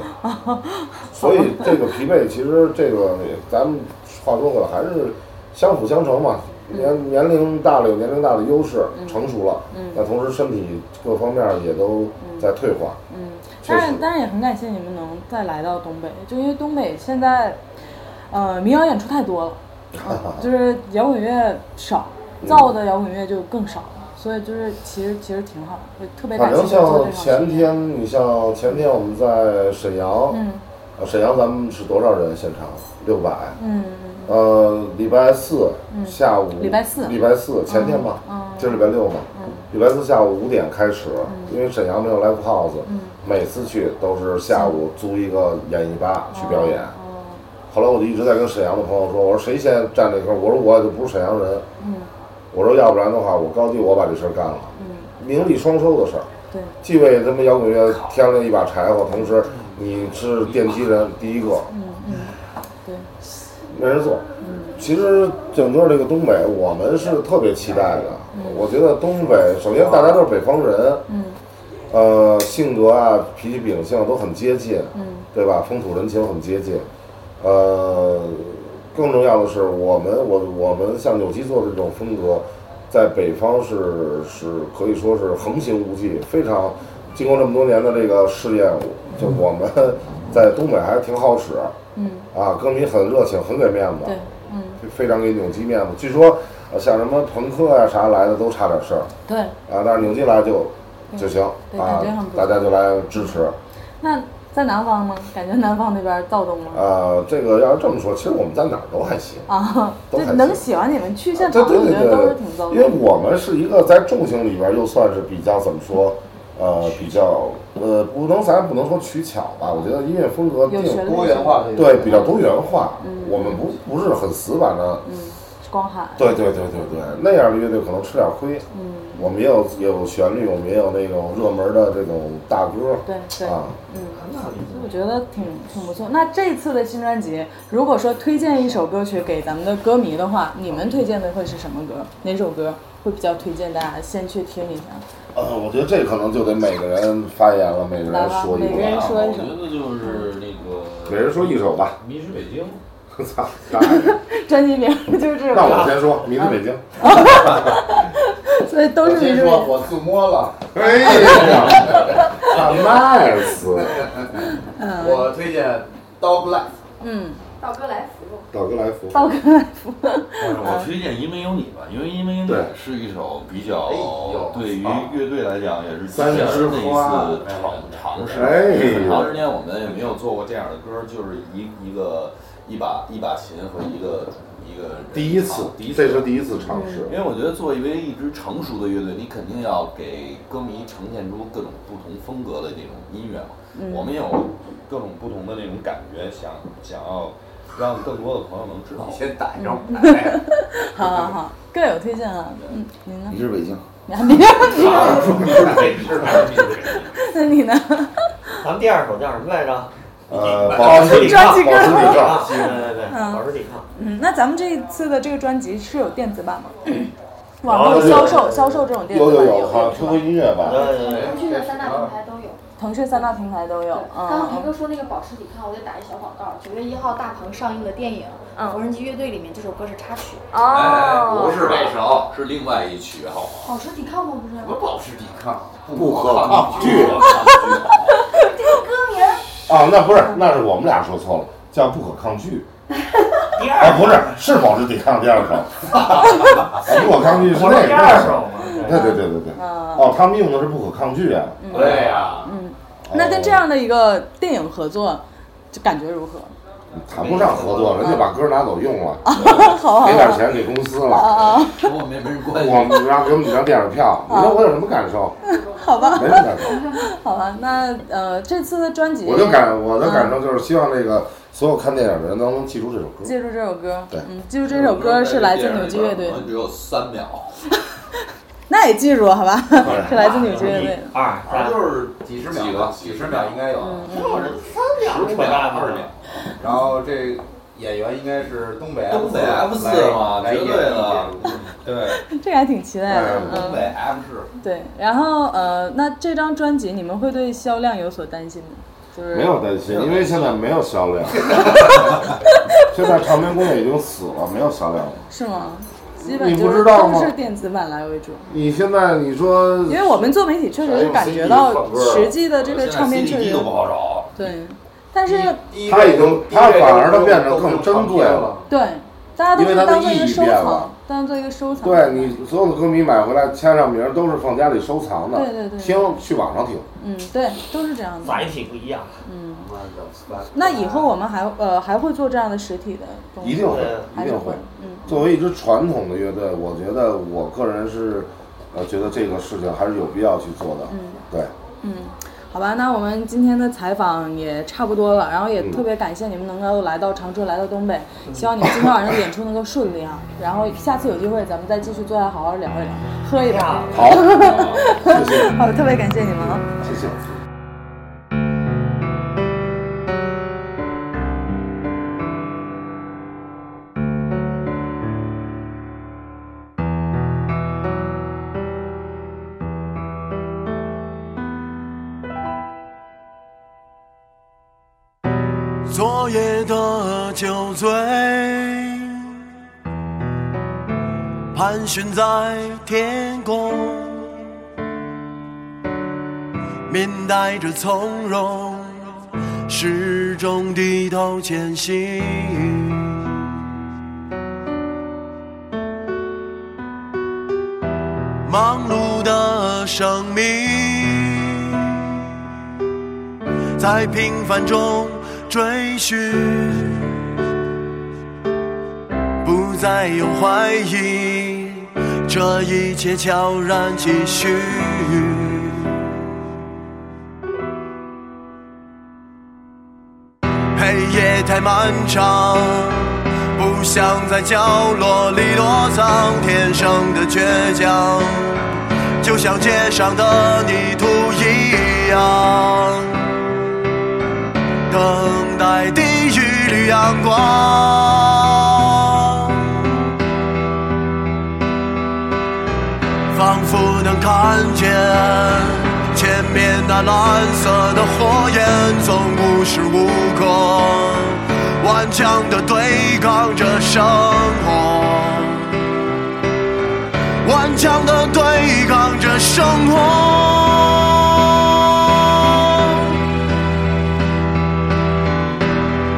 Speaker 2: 所以这个疲惫，其实这个咱们话说回来，还是相辅相成嘛。
Speaker 1: 嗯
Speaker 2: 年年龄大了有年龄大的优势，成熟了，
Speaker 1: 嗯
Speaker 2: 但同时身体各方面也都在退化。嗯，确
Speaker 1: 但
Speaker 2: 实
Speaker 1: 是，但是也很感谢你们能再来到东北，就因为东北现在，呃，民谣演出太多了， 嗯就是摇滚乐少，
Speaker 2: 嗯
Speaker 1: 造的摇滚乐就更少，所以就是其实其实挺好，我特别
Speaker 2: 反
Speaker 1: 感谢你
Speaker 2: 正
Speaker 1: 做
Speaker 2: 像
Speaker 1: 这场
Speaker 2: 前
Speaker 1: 巡演。
Speaker 2: 天，你像前天我们在沈阳，
Speaker 1: 嗯
Speaker 2: 呃沈阳咱们是多少人现场？六百。
Speaker 1: 嗯，
Speaker 2: 呃，礼拜四下午，
Speaker 1: 礼拜四嗯
Speaker 2: 礼拜四前天吧，今儿礼拜六嘛，礼拜四下午五点开始，
Speaker 1: 嗯
Speaker 2: 因为沈阳没有 live house，每次去都是下午租一个演艺吧
Speaker 1: 哦
Speaker 2: 去表演。后来我就一直在跟沈阳的朋友说，我说谁先站这坑？我说我也就不是沈
Speaker 1: 嗯嗯
Speaker 2: 阳人，我说要不然的话，我高低我把这事儿干了，名利双收的事儿。
Speaker 1: 对，
Speaker 2: 既为他们摇滚乐添了一把柴火，同时你是奠基人第一个，
Speaker 1: 嗯嗯，对，
Speaker 2: 没人做。
Speaker 1: 嗯
Speaker 2: 其实整个这个东北，我们是特别期待的。我觉得东北，首先大家都是北方人，
Speaker 1: 嗯
Speaker 2: 呃，性格啊、脾气、秉性都很接近，
Speaker 1: 嗯
Speaker 2: 对吧？风土人情很接近。呃，更重要的是，我们我我们像纽基做的这种风格，在北方是是可以说是横行无忌，非常经过这么多年的这个试验，就我们 在东北还挺好使
Speaker 1: 嗯，
Speaker 2: 啊，歌迷很热情，很给面子。
Speaker 1: 对，嗯
Speaker 2: 非常给纽基面子。据说呃像什么朋克啊啥来的都差点事儿
Speaker 1: 对。
Speaker 2: 啊，但是纽基来就就行
Speaker 1: 对
Speaker 2: 啊
Speaker 1: 感觉很不，错
Speaker 2: 大家就来支持。
Speaker 1: 那在南方吗？感觉南方那边躁动吗？
Speaker 2: 啊，这个要是这么说，其实我们在哪儿都还行。
Speaker 1: 啊，
Speaker 2: 都
Speaker 1: 就
Speaker 2: 还行
Speaker 1: 能喜欢你们去现
Speaker 2: 对
Speaker 1: 场，
Speaker 2: 对
Speaker 1: 我
Speaker 2: 对
Speaker 1: 觉得都是
Speaker 2: 对
Speaker 1: 挺躁，
Speaker 2: 因为
Speaker 1: 动。
Speaker 2: 我们是一个在重型里边又算是比较怎么说，呃，比较呃，不能咱不能说取巧吧，我觉得音乐风格
Speaker 1: 有
Speaker 2: 定
Speaker 1: 旋律
Speaker 6: 多元化这个
Speaker 2: 对比较多元化
Speaker 1: 嗯，
Speaker 2: 我们不不是很死板的。
Speaker 1: 嗯，光喊。
Speaker 2: 对对对对对，那样的乐队可能吃点亏。
Speaker 1: 嗯，
Speaker 2: 我们也有也有旋律，我们也有那种热门的这种大歌，
Speaker 1: 对对，
Speaker 2: 啊，
Speaker 1: 嗯。
Speaker 6: 那
Speaker 1: 所以我觉得挺挺不错。那这次的新专辑，如果说推荐一首歌曲给咱们的歌迷的话，你们推荐的会是什么歌？哪首歌会比较推荐大家先去听一下？
Speaker 2: 呃，我觉得这可能就得每个人发言了，每个
Speaker 1: 来
Speaker 2: 人
Speaker 1: 吧
Speaker 2: 说一
Speaker 1: 每个人
Speaker 2: 个吧，
Speaker 1: 说一
Speaker 7: 我觉得就是那个，
Speaker 2: 每人说一首吧。
Speaker 7: 《迷失北京》，
Speaker 2: 操，那 我
Speaker 1: 专辑名就是这
Speaker 2: 那
Speaker 1: 个，
Speaker 2: 我先说《迷之北京》。
Speaker 1: 啊所以都
Speaker 6: 我
Speaker 1: 是
Speaker 6: 先
Speaker 1: 民
Speaker 6: 说，
Speaker 1: 歌。
Speaker 6: 我自摸了。
Speaker 2: 哎呀，啊，nice！
Speaker 3: 我推荐 Dog Life，
Speaker 1: 嗯，
Speaker 8: 道哥来福，
Speaker 2: 道哥来福，
Speaker 1: 道哥来福。嗯
Speaker 7: 但是我推荐《因为有你》吧，因为《因为有你
Speaker 2: 对》
Speaker 7: 是一首比较
Speaker 3: 哎呦
Speaker 7: 对于
Speaker 3: 啊
Speaker 7: 乐队来讲也是
Speaker 2: 三
Speaker 7: 之前
Speaker 2: 枝
Speaker 7: 的一
Speaker 2: 花
Speaker 7: 次尝尝试。
Speaker 2: 哎呦
Speaker 7: 很长时间我们也没有做过这样的歌，就是一一个一把一把琴和一个一个人
Speaker 2: 第一次
Speaker 1: 啊
Speaker 7: 唱，第一
Speaker 2: 这
Speaker 7: 次
Speaker 2: 是第一次尝试
Speaker 7: 因。为我觉得作为一支成熟的乐队，你肯定要给歌迷呈现出各种不同风格的那种音乐嘛。
Speaker 1: 嗯
Speaker 7: 我们有各种不同的那种感觉，想想要让更多的朋友能知道
Speaker 3: 你。先打一张
Speaker 1: 嗯
Speaker 3: 牌。
Speaker 1: 好好好，各有推荐啊。嗯，您呢
Speaker 5: 你？是北京，
Speaker 1: 你还没让
Speaker 6: 啊，说明是北京，是北京。
Speaker 1: 那你呢？
Speaker 4: 咱们第二首叫什么来着？
Speaker 1: 嗯
Speaker 2: 呃，保持抵
Speaker 1: 抓
Speaker 2: 抗，
Speaker 1: 紧
Speaker 2: 保持抵抗。
Speaker 4: 啊，对对对，保持抵抗。
Speaker 1: 嗯，那咱们这一次的这个专辑是有电子版吗？ 网络销售销售这嗯种电
Speaker 2: 有
Speaker 1: 子版
Speaker 2: 有有，好像 QQ
Speaker 1: 有，
Speaker 2: 音乐吧，
Speaker 4: 啊对对对，
Speaker 8: 腾讯的三大平台都有。
Speaker 1: 腾讯三大平台都有。
Speaker 8: 对，
Speaker 1: 嗯
Speaker 8: 刚刚
Speaker 1: 嗯
Speaker 8: 鹏哥说那个保持抵抗，我得打一小广告。九月一号，大鹏上映的电影
Speaker 1: 嗯
Speaker 8: 《无人机乐队》里面这首歌是插曲。
Speaker 2: 哎
Speaker 1: 哦，
Speaker 3: 不是
Speaker 7: 这首是另外一曲， 好吗？
Speaker 8: 保持抵抗吗？不是，
Speaker 6: 什么保持抵抗？
Speaker 5: 不可抗拒。
Speaker 2: 啊，那不是，那是我们俩说错了，叫不可抗 拒。啊，不是，是保持抵抗第二首。啊不可抗拒是
Speaker 4: 我
Speaker 2: 那个
Speaker 4: 是第二首嘛。
Speaker 2: 对对对对对。
Speaker 1: 嗯，
Speaker 2: 哦，他们用的是不可抗拒啊。
Speaker 3: 对呀，
Speaker 1: 那跟这样的一个电影合作，就感觉如何？嗯
Speaker 2: 谈不上合作，人家把歌拿走用了，
Speaker 1: 好好啊嗯
Speaker 2: 给点
Speaker 1: 好，
Speaker 2: 钱给公司了，
Speaker 7: 跟我没没人
Speaker 1: 嗯
Speaker 7: 关系。
Speaker 2: 我们让给我们几张电影票，你说我有什么感受？
Speaker 1: 好吧，
Speaker 2: 没什么感受，
Speaker 1: 好吧。那呃，这次的专辑，
Speaker 2: 我就
Speaker 1: 嗯
Speaker 2: 感我的感受就是希望这个所有看电影的人都能记住这首歌。
Speaker 1: 记住这首歌，
Speaker 2: 对
Speaker 1: 嗯，记住这首歌是来自纽基乐队
Speaker 7: 可，能只有三秒。
Speaker 1: 那也记住了，好吧？ 是来自纽基乐
Speaker 4: 一
Speaker 1: 队。
Speaker 4: 二
Speaker 3: 反
Speaker 4: 三
Speaker 3: 正，就是几十秒吧，几十秒应该有，
Speaker 1: 嗯
Speaker 4: 十五大
Speaker 3: 二十秒。然后这演员应该是东北
Speaker 7: 东北
Speaker 3: F
Speaker 7: F
Speaker 3: 四
Speaker 7: 四嘛，
Speaker 3: 来
Speaker 7: 绝
Speaker 3: 演
Speaker 7: 对的
Speaker 3: 这个。
Speaker 7: 对，
Speaker 2: 嗯
Speaker 1: 这个还挺期待
Speaker 2: 哎
Speaker 1: 的，嗯
Speaker 3: 东北 F 四。
Speaker 1: 对，然后呃，那这张专辑你们会对销量有所担心吗？就是
Speaker 2: 没有担心，因为现在没有销 量。现在唱片工业已经死了，没有销量了。
Speaker 1: 是吗？基本
Speaker 2: 你
Speaker 1: 就
Speaker 2: 不
Speaker 1: 是
Speaker 2: 知道吗
Speaker 1: 都是电子版来为主，
Speaker 2: 你现在你说
Speaker 1: 因为我们做媒体确实是感觉到实际
Speaker 2: 啊
Speaker 1: 的这个唱片确
Speaker 7: 现在 CD
Speaker 1: 实
Speaker 7: 都不好找。
Speaker 1: 对，但是
Speaker 2: 他已经他反而他变得更珍贵了。
Speaker 1: 对大家都
Speaker 2: 因为
Speaker 1: 是
Speaker 2: 它的
Speaker 1: 当做一
Speaker 2: 意
Speaker 1: 个
Speaker 2: 义
Speaker 1: 收
Speaker 2: 变了
Speaker 1: 藏，当做一个收藏。
Speaker 2: 对你所有的歌迷买回来签上名儿都是放家里收藏的，
Speaker 1: 对对对
Speaker 2: 听去网上听。
Speaker 1: 嗯，对，都是这样的。
Speaker 4: 载体不一样。
Speaker 1: 嗯，那以后我们还呃还会做这样的实体的东西，
Speaker 2: 一定会
Speaker 4: 对，
Speaker 2: 一
Speaker 1: 还是
Speaker 2: 定会。
Speaker 1: 嗯
Speaker 2: 作为一支传统的乐队，我觉得我个人是，呃，觉得这个事情还是有必要去做的。
Speaker 1: 嗯
Speaker 2: 对，
Speaker 1: 嗯，好吧，那我们今天的采访也差不多了，然后也
Speaker 2: 嗯
Speaker 1: 特别感谢你们能够来到长春，来到东北，希望你们今天晚上的演出能够顺利啊，然后下次有机会咱们再继续坐下好好聊一聊，喝
Speaker 4: 哎
Speaker 1: 一杯。
Speaker 4: 啊
Speaker 5: 好，
Speaker 1: 好的，特别感谢你们啊。
Speaker 5: 谢谢。
Speaker 9: 昨夜的酒醉，盘旋在天空，面带着从容，始终低头前行。忙碌的生命。在平凡中追寻，不再有怀疑，这一切悄然继续。黑夜太漫长，不想在角落里躲藏，天生的倔强，就像街上的泥土一样。等待第一缕阳光，仿佛能看见前面那蓝色的火焰，总无时无刻顽强地对抗着生活，顽强地对抗着生活。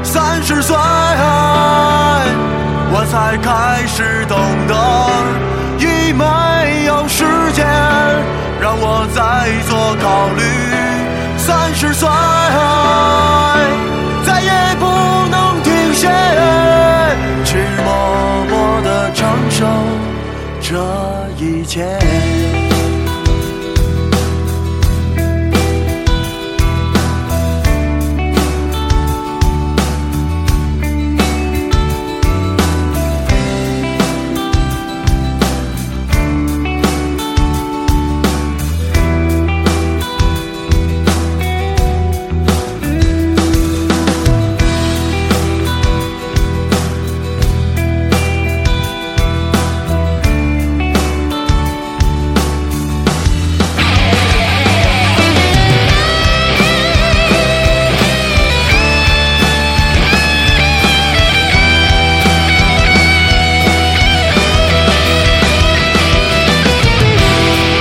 Speaker 9: 三十岁，我才开始懂得，已没有时间让我再做考虑。三十岁，再也不能停歇，去默默地承受这一切。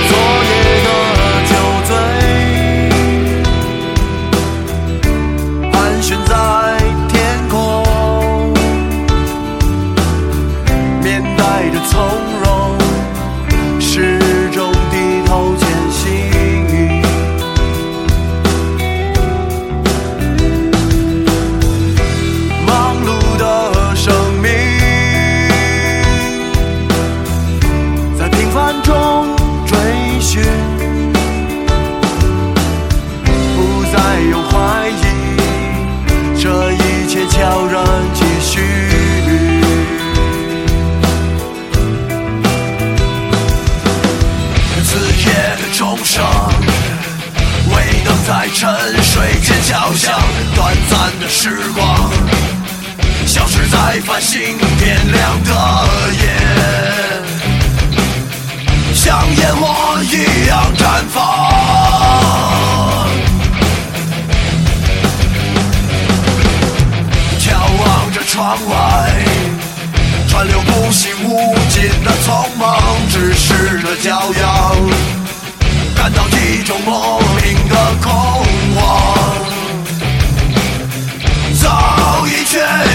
Speaker 9: 昨夜的酒醉，盘旋在天空，面带着从容，始终低头前行。忙碌的生命。在平凡中追寻，不再有怀疑，这一切悄然继续。子夜的钟声，未能在沉睡间敲响，短暂的时光，消失在繁星点亮的夜。像烟火一样绽放。眺望着窗外，川流不息无尽的匆忙，只是的骄阳，感到一种莫名的恐慌，早已确